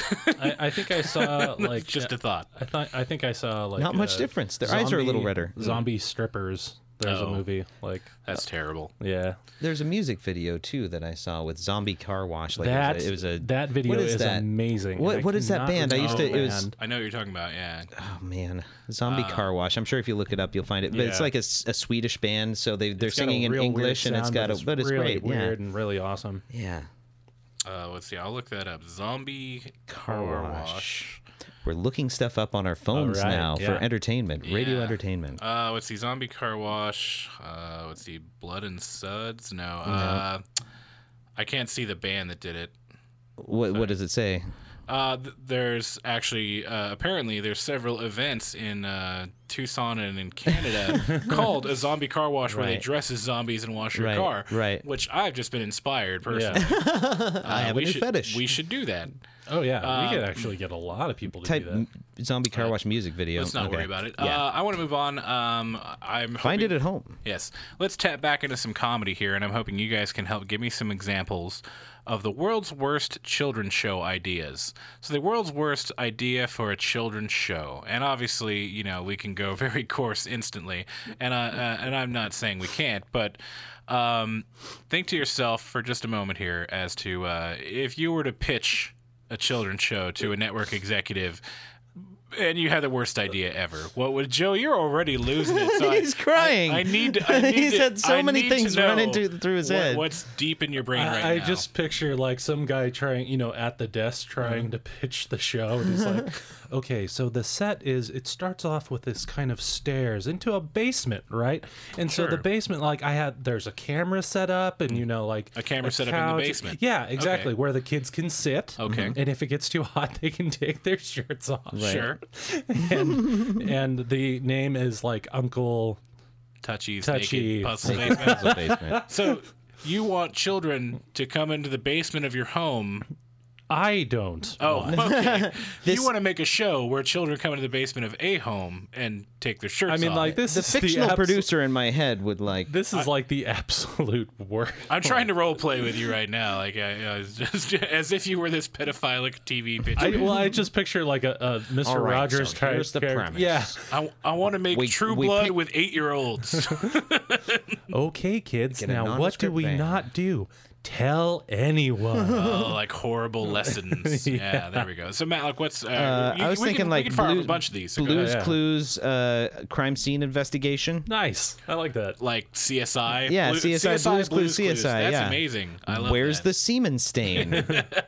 [SPEAKER 3] I, I think i saw like
[SPEAKER 1] Just a thought.
[SPEAKER 3] i thought i think i saw like
[SPEAKER 2] Not much
[SPEAKER 3] uh,
[SPEAKER 2] difference. Their eyes are a little
[SPEAKER 3] zombie-
[SPEAKER 2] redder. Mm.
[SPEAKER 3] zombie strippers there's
[SPEAKER 1] Oh.
[SPEAKER 3] a movie like
[SPEAKER 1] That's terrible.
[SPEAKER 3] yeah
[SPEAKER 2] There's a music video too that I saw with zombie car wash. Like
[SPEAKER 3] that
[SPEAKER 2] it was a, it was a
[SPEAKER 3] that video
[SPEAKER 2] what
[SPEAKER 3] is,
[SPEAKER 2] that?
[SPEAKER 3] amazing
[SPEAKER 2] What-
[SPEAKER 3] I
[SPEAKER 2] what is that
[SPEAKER 3] cannot
[SPEAKER 2] band? I used to-
[SPEAKER 3] remember
[SPEAKER 2] it
[SPEAKER 3] the
[SPEAKER 2] was-
[SPEAKER 3] band.
[SPEAKER 1] I know what you're talking about. Yeah.
[SPEAKER 2] Oh man, zombie
[SPEAKER 1] Uh,
[SPEAKER 2] car wash. I'm sure if you look it up, you'll find it. But it's
[SPEAKER 3] Yeah.
[SPEAKER 2] like a, s- a Swedish band, so they they're
[SPEAKER 3] got a
[SPEAKER 2] singing in
[SPEAKER 3] real weird
[SPEAKER 2] English, and it's
[SPEAKER 3] sound,
[SPEAKER 2] got a but it's
[SPEAKER 3] really
[SPEAKER 2] great.
[SPEAKER 3] weird and really awesome
[SPEAKER 2] Yeah, yeah.
[SPEAKER 1] Uh, let's see. I'll look that up. Zombie
[SPEAKER 2] Car
[SPEAKER 1] car,
[SPEAKER 2] wash.
[SPEAKER 1] wash. Oh,
[SPEAKER 2] We're looking stuff up on our phones
[SPEAKER 3] right,
[SPEAKER 2] now for
[SPEAKER 3] yeah.
[SPEAKER 2] entertainment, radio
[SPEAKER 1] Yeah.
[SPEAKER 2] entertainment.
[SPEAKER 1] Uh, let's see. Zombie car wash. Uh, let's see. Blood and suds. No. Uh, I can't see the band that did it.
[SPEAKER 2] What what does it say?
[SPEAKER 1] Uh, th- there's actually uh, apparently there's several events in uh, Tucson and in Canada called a zombie car wash where they
[SPEAKER 2] Right.
[SPEAKER 1] dress as zombies and wash your
[SPEAKER 2] Right,
[SPEAKER 1] car.
[SPEAKER 2] right.
[SPEAKER 1] Which I've just been inspired personally. Uh,
[SPEAKER 2] I have a
[SPEAKER 1] we
[SPEAKER 2] new
[SPEAKER 1] should,
[SPEAKER 2] fetish.
[SPEAKER 1] We should do that.
[SPEAKER 3] oh yeah we could actually get a lot of people to
[SPEAKER 2] Type
[SPEAKER 3] do that
[SPEAKER 2] m- zombie car wash music video.
[SPEAKER 1] Let's not
[SPEAKER 2] Oh, Okay.
[SPEAKER 1] worry about it.
[SPEAKER 2] Yeah.
[SPEAKER 1] Uh, I want to move on. Um, I'm
[SPEAKER 2] Find
[SPEAKER 1] hoping-
[SPEAKER 2] it at home.
[SPEAKER 1] Yes. Let's tap back into some comedy here, and I'm hoping you guys can help give me some examples of the world's worst children's show ideas. So, the world's worst idea for a children's show, and obviously, you know, we can go very coarse instantly, and uh, uh, and I'm not saying we can't, but um, think to yourself for just a moment here as to uh, if you were to pitch a children's show to a network executive. And you had the worst idea ever. What would Joe? You're already losing it. So I-
[SPEAKER 2] He's crying.
[SPEAKER 1] I need. I need
[SPEAKER 2] He's
[SPEAKER 1] to-
[SPEAKER 2] had so
[SPEAKER 1] I
[SPEAKER 2] many
[SPEAKER 1] need to
[SPEAKER 2] things run
[SPEAKER 1] know
[SPEAKER 2] into- through his
[SPEAKER 1] what-
[SPEAKER 2] head.
[SPEAKER 1] What's deep in your brain right
[SPEAKER 3] I, I
[SPEAKER 1] now?
[SPEAKER 3] just picture like some guy trying, you know, at the desk trying
[SPEAKER 2] Mm.
[SPEAKER 3] to pitch the show. And he's like, okay, so the set is it starts off with this kind of stairs into a basement, right? And so
[SPEAKER 1] Sure.
[SPEAKER 3] the basement, like I had, there's a camera set up and, you know, like
[SPEAKER 1] A camera set up in the basement.
[SPEAKER 3] Yeah, exactly. Where the kids can sit.
[SPEAKER 1] Okay.
[SPEAKER 2] Mm-hmm.
[SPEAKER 3] And if it gets too hot, they can take their shirts off.
[SPEAKER 1] Sure.
[SPEAKER 3] part, and, and the name is like Uncle.
[SPEAKER 1] Touchy's
[SPEAKER 3] Touchy.
[SPEAKER 1] naked puzzle
[SPEAKER 2] Naked
[SPEAKER 1] basement.
[SPEAKER 2] puzzle basement.
[SPEAKER 1] So you want children to come into the basement of your home?
[SPEAKER 3] I don't.
[SPEAKER 1] Oh, okay.
[SPEAKER 2] This-
[SPEAKER 1] you want to make a show where children come into the basement of a home and take their shirts
[SPEAKER 3] I
[SPEAKER 1] off?
[SPEAKER 3] mean, like this
[SPEAKER 2] The
[SPEAKER 3] is
[SPEAKER 2] fictional
[SPEAKER 3] the abso-
[SPEAKER 2] producer in my head would like.
[SPEAKER 3] This is like the absolute worst.
[SPEAKER 1] I'm trying to role play with you right now, like I, I was just as if you were this pedophilic TV bitch.
[SPEAKER 3] I,
[SPEAKER 1] I,
[SPEAKER 3] well, I just picture like a, a Mr.
[SPEAKER 2] All right,
[SPEAKER 3] Rogers
[SPEAKER 2] so
[SPEAKER 3] type.
[SPEAKER 2] here's the
[SPEAKER 3] character.
[SPEAKER 2] premise.
[SPEAKER 3] Yeah.
[SPEAKER 1] I, want to make
[SPEAKER 2] We-
[SPEAKER 1] True
[SPEAKER 2] we
[SPEAKER 1] Blood
[SPEAKER 2] pick-
[SPEAKER 1] with eight year olds.
[SPEAKER 3] Okay, kids.
[SPEAKER 2] a
[SPEAKER 3] Now, what do
[SPEAKER 2] nondescript
[SPEAKER 3] we
[SPEAKER 2] van.
[SPEAKER 3] not do? Tell anyone.
[SPEAKER 1] oh, like horrible lessons. Yeah. there we go. So Malik, what's uh,
[SPEAKER 2] Uh,
[SPEAKER 1] you-
[SPEAKER 2] I was
[SPEAKER 1] we
[SPEAKER 2] thinking
[SPEAKER 1] can,
[SPEAKER 2] like
[SPEAKER 1] we can fire
[SPEAKER 2] Blues,
[SPEAKER 1] up a bunch of these. So go
[SPEAKER 2] Blues
[SPEAKER 1] ahead.
[SPEAKER 3] yeah.
[SPEAKER 2] Clues, uh, crime scene investigation.
[SPEAKER 3] nice. I like that.
[SPEAKER 1] like CSI.
[SPEAKER 2] Yeah,
[SPEAKER 1] Blue-
[SPEAKER 2] CSI, Blues Clues, CSI,
[SPEAKER 1] That's
[SPEAKER 2] yeah.
[SPEAKER 1] amazing. I love
[SPEAKER 2] Where's
[SPEAKER 1] that.
[SPEAKER 2] the semen stain?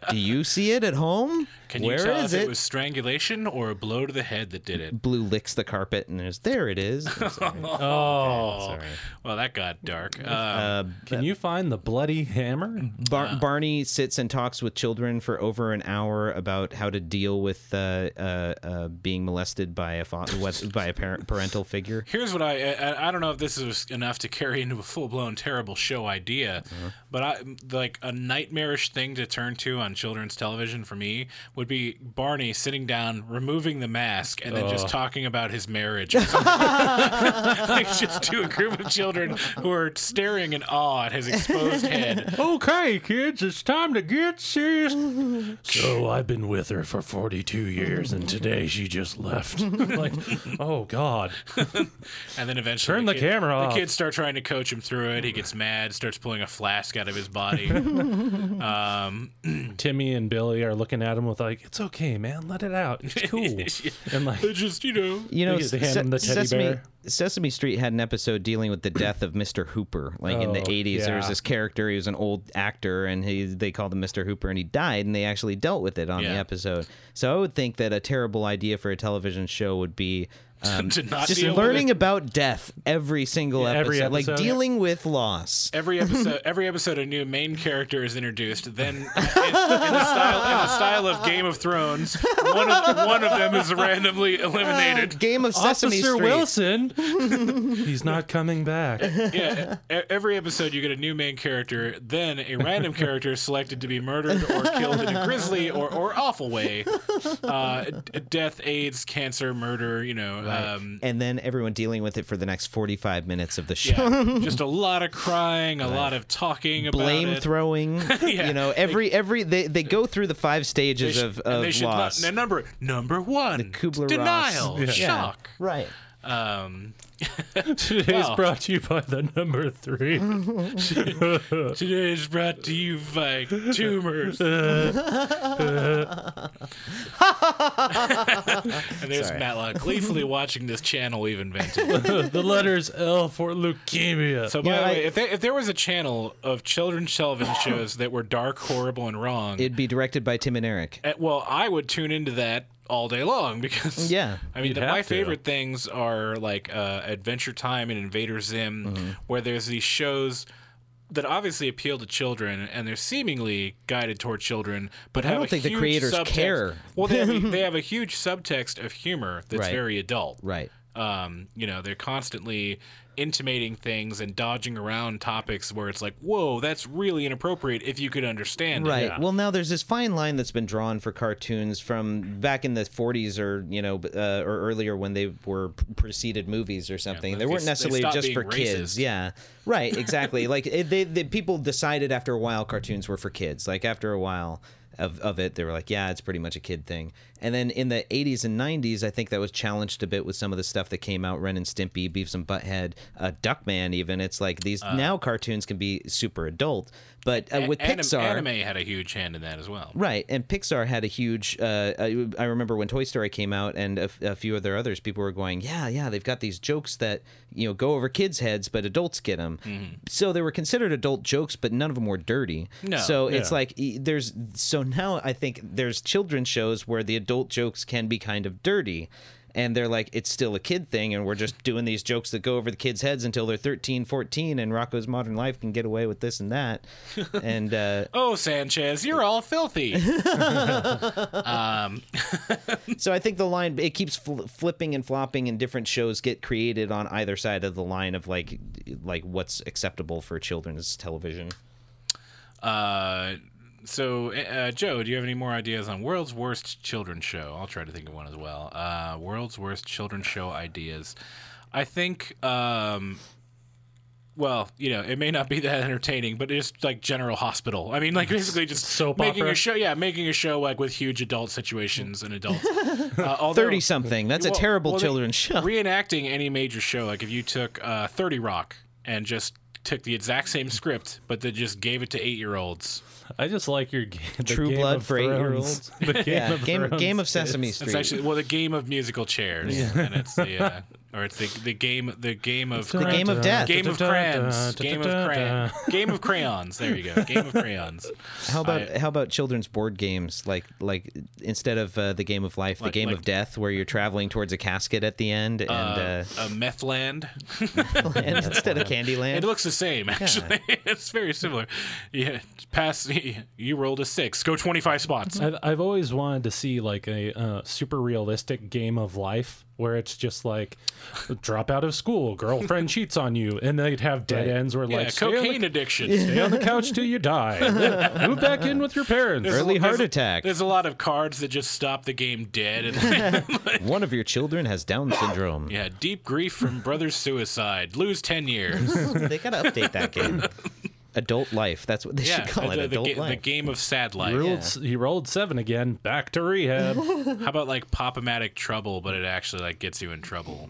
[SPEAKER 2] do you see it at home?
[SPEAKER 1] Can you
[SPEAKER 2] Where
[SPEAKER 1] tell
[SPEAKER 2] is
[SPEAKER 1] if
[SPEAKER 2] it?
[SPEAKER 1] it was strangulation or a blow to the head that did it?
[SPEAKER 2] Blue licks the carpet and there's there it is. I'm sorry.
[SPEAKER 3] Oh,
[SPEAKER 2] Sorry.
[SPEAKER 1] Well, that got dark. Um,
[SPEAKER 2] Uh,
[SPEAKER 3] can you find the bloody hammer?
[SPEAKER 2] Bar- Barney sits and talks with children for over an hour about how to deal with uh, uh, uh, being molested by a fa- what- by a parent parental figure.
[SPEAKER 1] here's what I, I I don't know if this is enough to carry into a full blown terrible show idea,
[SPEAKER 3] Uh-huh.
[SPEAKER 1] but I like a nightmarish thing to turn to on children's television for me would be Barney sitting down, removing the mask, and then just talking about his marriage. or something. like just to a group of children who are staring in awe at his exposed head.
[SPEAKER 4] Okay, kids, it's time to get serious.
[SPEAKER 3] So I've been with her for 42 years, and today she just left. like, oh God.
[SPEAKER 1] And then eventually,
[SPEAKER 3] Turn the
[SPEAKER 1] kid-
[SPEAKER 3] camera off.
[SPEAKER 1] The kids start trying to coach him through it. He gets mad, starts pulling a flask out of his body. um,
[SPEAKER 3] Timmy and Billy are looking at him with like, "It's okay, man. Let it out. It's cool." And like,
[SPEAKER 1] it just you know,
[SPEAKER 2] You know,
[SPEAKER 3] They get to hand
[SPEAKER 2] Se-
[SPEAKER 3] him the teddy
[SPEAKER 2] Sesame,
[SPEAKER 3] bear.
[SPEAKER 2] Sesame Street had an episode dealing with the death of Mr. Hooper. Like in the
[SPEAKER 3] Oh,
[SPEAKER 2] 80s, there was
[SPEAKER 3] yeah.
[SPEAKER 2] this character. He was an old actor, and he they called him Mr. Hooper, and he died, and they actually dealt with it on the
[SPEAKER 1] Yeah.
[SPEAKER 2] episode. So I would think that a terrible idea for a television show would be. Um,
[SPEAKER 1] to not
[SPEAKER 2] just
[SPEAKER 1] deal with
[SPEAKER 2] learning
[SPEAKER 1] it.
[SPEAKER 2] about death every single episode,
[SPEAKER 3] every
[SPEAKER 2] like
[SPEAKER 3] episode.
[SPEAKER 2] dealing with loss.
[SPEAKER 1] Every episode, every episode, a new main character is introduced. Then, in, in the style in the style of Game of Thrones, one of one of them is randomly eliminated.
[SPEAKER 2] Game of Sesame
[SPEAKER 3] Officer
[SPEAKER 2] Street.
[SPEAKER 3] Wilson, he's not coming back.
[SPEAKER 1] Yeah, e- every episode you get a new main character. Then a random character is selected to be murdered or killed in a grisly or, or awful way. Uh, d- death, AIDS, cancer, murder. You know, um,
[SPEAKER 2] And then everyone dealing with it for the next 45 minutes of the show.
[SPEAKER 1] Yeah, just a lot of crying, a lot of talking about
[SPEAKER 2] blame
[SPEAKER 1] it.
[SPEAKER 2] throwing. You know, every every they, they go through the five
[SPEAKER 1] They
[SPEAKER 2] stages
[SPEAKER 1] sh-
[SPEAKER 2] of
[SPEAKER 1] and
[SPEAKER 2] of
[SPEAKER 1] they should
[SPEAKER 2] loss.
[SPEAKER 1] Not, and number number one,
[SPEAKER 2] Kubler-Ross.
[SPEAKER 1] denial,
[SPEAKER 2] Yeah.
[SPEAKER 1] shock.
[SPEAKER 2] Right.
[SPEAKER 1] Um,
[SPEAKER 3] Today's
[SPEAKER 1] Wow.
[SPEAKER 3] brought to you by the number three.
[SPEAKER 2] Uh.
[SPEAKER 1] today is brought to you by tumors. and there's Matlock gleefully watching this channel we've invented.
[SPEAKER 3] the letters L for leukemia.
[SPEAKER 1] So by
[SPEAKER 2] Yeah,
[SPEAKER 1] the
[SPEAKER 2] I-
[SPEAKER 1] way, if, they, if there was a channel of children's television shows that were dark, horrible, and wrong,
[SPEAKER 2] It'd be directed by Tim and Eric.
[SPEAKER 1] Uh, well, I would tune into that all day long because
[SPEAKER 2] Yeah.
[SPEAKER 1] I mean
[SPEAKER 3] You'd
[SPEAKER 1] the, my
[SPEAKER 3] have to.
[SPEAKER 1] favorite things are like uh, Adventure Time and Invader Zim,
[SPEAKER 2] Mm-hmm.
[SPEAKER 1] where there's these shows that obviously appeal to children and they're seemingly guided toward children, but have
[SPEAKER 2] don't
[SPEAKER 1] a
[SPEAKER 2] think the
[SPEAKER 1] huge
[SPEAKER 2] creators
[SPEAKER 1] subtext.
[SPEAKER 2] care.
[SPEAKER 1] Well, they have, a, they have a huge subtext of humor that's
[SPEAKER 2] Right.
[SPEAKER 1] very adult,
[SPEAKER 2] Right.
[SPEAKER 1] um, you know, they're constantly intimating things and dodging around topics where it's like, whoa, that's really inappropriate if you could understand it.
[SPEAKER 2] Right. Well, now there's this fine line that's been drawn for cartoons from back in the 40s or you know uh, or earlier when they were p- preceded movies or something.
[SPEAKER 1] but
[SPEAKER 2] they
[SPEAKER 1] they
[SPEAKER 2] weren't
[SPEAKER 1] s- they
[SPEAKER 2] necessarily
[SPEAKER 1] stopped
[SPEAKER 2] just
[SPEAKER 1] being
[SPEAKER 2] for
[SPEAKER 1] racist.
[SPEAKER 2] kids. Yeah. Right. Exactly. like it, they, they people decided after a while cartoons were for kids. Like after a while. Of, of it, they were like, yeah, it's pretty much a kid thing. And then in the 80s and 90s, I think that was challenged a bit with some of the stuff that came out Ren and Stimpy, Beavis and Butthead, uh, Duckman, even. It's like these now cartoons can be super adult. But uh,
[SPEAKER 1] Uh. A-
[SPEAKER 2] with
[SPEAKER 1] anim-
[SPEAKER 2] Pixar.
[SPEAKER 1] anime had a huge hand in that as well.
[SPEAKER 2] Right, and Pixar had a huge. Uh, I, I remember when Toy Story came out, and a, f- a few other others, people were going, "Yeah, yeah, they've got these jokes that you know go over kids' heads, but adults get them." So they were considered adult jokes, but none of them were dirty.
[SPEAKER 1] No,
[SPEAKER 2] so it's
[SPEAKER 3] yeah.
[SPEAKER 2] like e- there's so now I think there's children's shows where the adult jokes can be kind of dirty. and they're like it's still a kid thing and we're just doing these jokes that go over the kids' heads until they're 13, 14 and Rocco's Modern Life can get away with this and that. and uh,
[SPEAKER 1] Oh, Sanchez, you're all filthy. um,
[SPEAKER 2] so I think the line it keeps fl- flipping and flopping, and different shows get created on either side of the line of like like what's acceptable for children's television.
[SPEAKER 1] uh, so, uh, Joe, do you have any more ideas on world's worst children's show? I'll try to think of one as well. Uh, world's worst children's show ideas. I think. Um, well, you know, it may not be that entertaining, but it's like General Hospital. I mean, like basically just
[SPEAKER 3] Soap
[SPEAKER 1] making
[SPEAKER 3] opera.
[SPEAKER 1] a show. Yeah, making a show like with huge adult situations and adults. Uh, although-
[SPEAKER 2] Thirty something. That's a
[SPEAKER 1] Well,
[SPEAKER 2] terrible
[SPEAKER 1] well, they-
[SPEAKER 2] children's show.
[SPEAKER 1] reenacting any major show like if you took uh, 30 rock and just took the exact same script but then just gave it to eight-year-olds
[SPEAKER 3] I just like your game, the
[SPEAKER 2] True
[SPEAKER 3] game
[SPEAKER 2] Blood
[SPEAKER 3] of
[SPEAKER 2] for eight-year-olds.
[SPEAKER 3] Thrones. The game
[SPEAKER 2] yeah,
[SPEAKER 3] of
[SPEAKER 2] game
[SPEAKER 3] Thrones
[SPEAKER 2] game of
[SPEAKER 3] is-
[SPEAKER 2] Sesame
[SPEAKER 1] it's
[SPEAKER 2] Street.
[SPEAKER 1] actually well the game of musical chairs and it's the uh, or it's the, the game the game of
[SPEAKER 2] The game of death.
[SPEAKER 1] game of crayons game of crayons game of crayons there you go game of crayons
[SPEAKER 2] How about how about children's board games like like instead of uh, the game of life, the
[SPEAKER 1] Like-
[SPEAKER 2] game
[SPEAKER 1] like-
[SPEAKER 2] of death, where you're traveling towards a casket at the end, and,
[SPEAKER 1] uh,
[SPEAKER 2] uh,
[SPEAKER 1] a meth land
[SPEAKER 2] and instead of Candyland,
[SPEAKER 1] It looks the same, actually. it's very similar. Yeah, pass. You rolled a six. Go twenty-five spots.
[SPEAKER 3] I've, I've always wanted to see like a uh, super realistic game of life where it's just like drop out of school, girlfriend cheats on you, and they'd have dead ends where
[SPEAKER 1] Yeah,
[SPEAKER 3] like stay on the-
[SPEAKER 1] cocaine addiction.
[SPEAKER 3] stay on the couch till you die, then move back in with your parents.
[SPEAKER 1] There's a-
[SPEAKER 2] Early heart
[SPEAKER 1] there's a-
[SPEAKER 2] attack.
[SPEAKER 1] There's a lot of cards that just stop the game dead. And
[SPEAKER 2] one of your children has Down syndrome.
[SPEAKER 1] yeah, deep grief from brother's suicide. Lose ten years.
[SPEAKER 2] Oh, they gotta update that game. Adult life. That's what they
[SPEAKER 1] Yeah,
[SPEAKER 2] should call
[SPEAKER 1] the,
[SPEAKER 2] it.
[SPEAKER 1] the
[SPEAKER 2] adult
[SPEAKER 1] ga- the
[SPEAKER 2] life.
[SPEAKER 1] game of sad life.
[SPEAKER 3] Rolled s- He rolled seven again, back to rehab.
[SPEAKER 1] How about like pop-o-matic trouble, but it actually like gets you in trouble,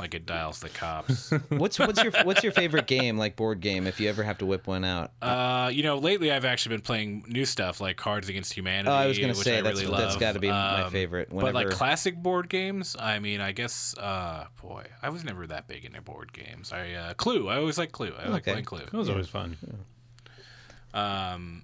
[SPEAKER 1] like it dials the cops.
[SPEAKER 2] what's what's your what's your favorite game like board game if you ever have to whip one out?
[SPEAKER 1] Uh, you know, lately I've actually been playing new stuff like Cards Against Humanity.
[SPEAKER 2] Oh, I was gonna
[SPEAKER 1] which
[SPEAKER 2] say
[SPEAKER 1] I
[SPEAKER 2] that's-
[SPEAKER 1] really
[SPEAKER 2] that's
[SPEAKER 1] love. Um,
[SPEAKER 2] gotta be my favorite,
[SPEAKER 1] But like
[SPEAKER 2] whenever-
[SPEAKER 1] classic board games, I mean, I guess, uh, boy, I was never that big into board games. I uh, Clue, I always like Clue. I like
[SPEAKER 2] Okay.
[SPEAKER 1] playing Clue.
[SPEAKER 3] That was always fun.
[SPEAKER 1] Um,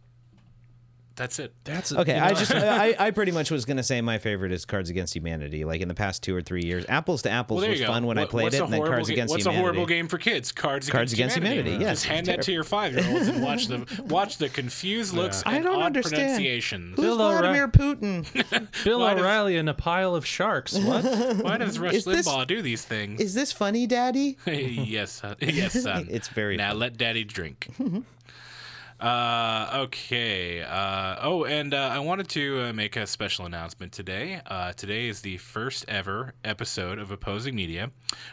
[SPEAKER 1] that's it.
[SPEAKER 3] That's
[SPEAKER 2] Okay,
[SPEAKER 3] you
[SPEAKER 2] I
[SPEAKER 3] know,
[SPEAKER 2] just I, I pretty much was gonna say my favorite is Cards Against Humanity. Like in the past two or three years, Apples to Apples
[SPEAKER 1] Well, there
[SPEAKER 2] was
[SPEAKER 1] you go.
[SPEAKER 2] fun when I
[SPEAKER 1] What-
[SPEAKER 2] played
[SPEAKER 1] what's
[SPEAKER 2] it,
[SPEAKER 1] a
[SPEAKER 2] and then
[SPEAKER 1] horrible
[SPEAKER 2] Cards
[SPEAKER 1] ga-
[SPEAKER 2] Against
[SPEAKER 1] What's
[SPEAKER 2] Humanity.
[SPEAKER 1] a horrible game for kids? Cards Against
[SPEAKER 2] Cards Against Humanity, yes,
[SPEAKER 1] Just hand that to your five-year-olds and watch the watch the confused looks
[SPEAKER 2] I
[SPEAKER 1] and
[SPEAKER 2] don't
[SPEAKER 1] odd
[SPEAKER 2] understand.
[SPEAKER 1] pronunciations.
[SPEAKER 2] Who's
[SPEAKER 3] Bill O'Reilly.
[SPEAKER 2] Vladimir Putin?
[SPEAKER 3] Bill
[SPEAKER 1] why does-
[SPEAKER 3] O'Reilly in a pile of sharks. What?
[SPEAKER 1] Why does Rush
[SPEAKER 2] Is this-
[SPEAKER 1] Limbaugh do these things?
[SPEAKER 2] Is this funny, Daddy?
[SPEAKER 1] yes, son. yes, son.
[SPEAKER 2] It's very Mm-hmm.
[SPEAKER 1] now. Let daddy drink. uh, okay. Uh, oh, and uh, I wanted to uh, make a special announcement today. Uh, today is the first ever episode of Opposing Media,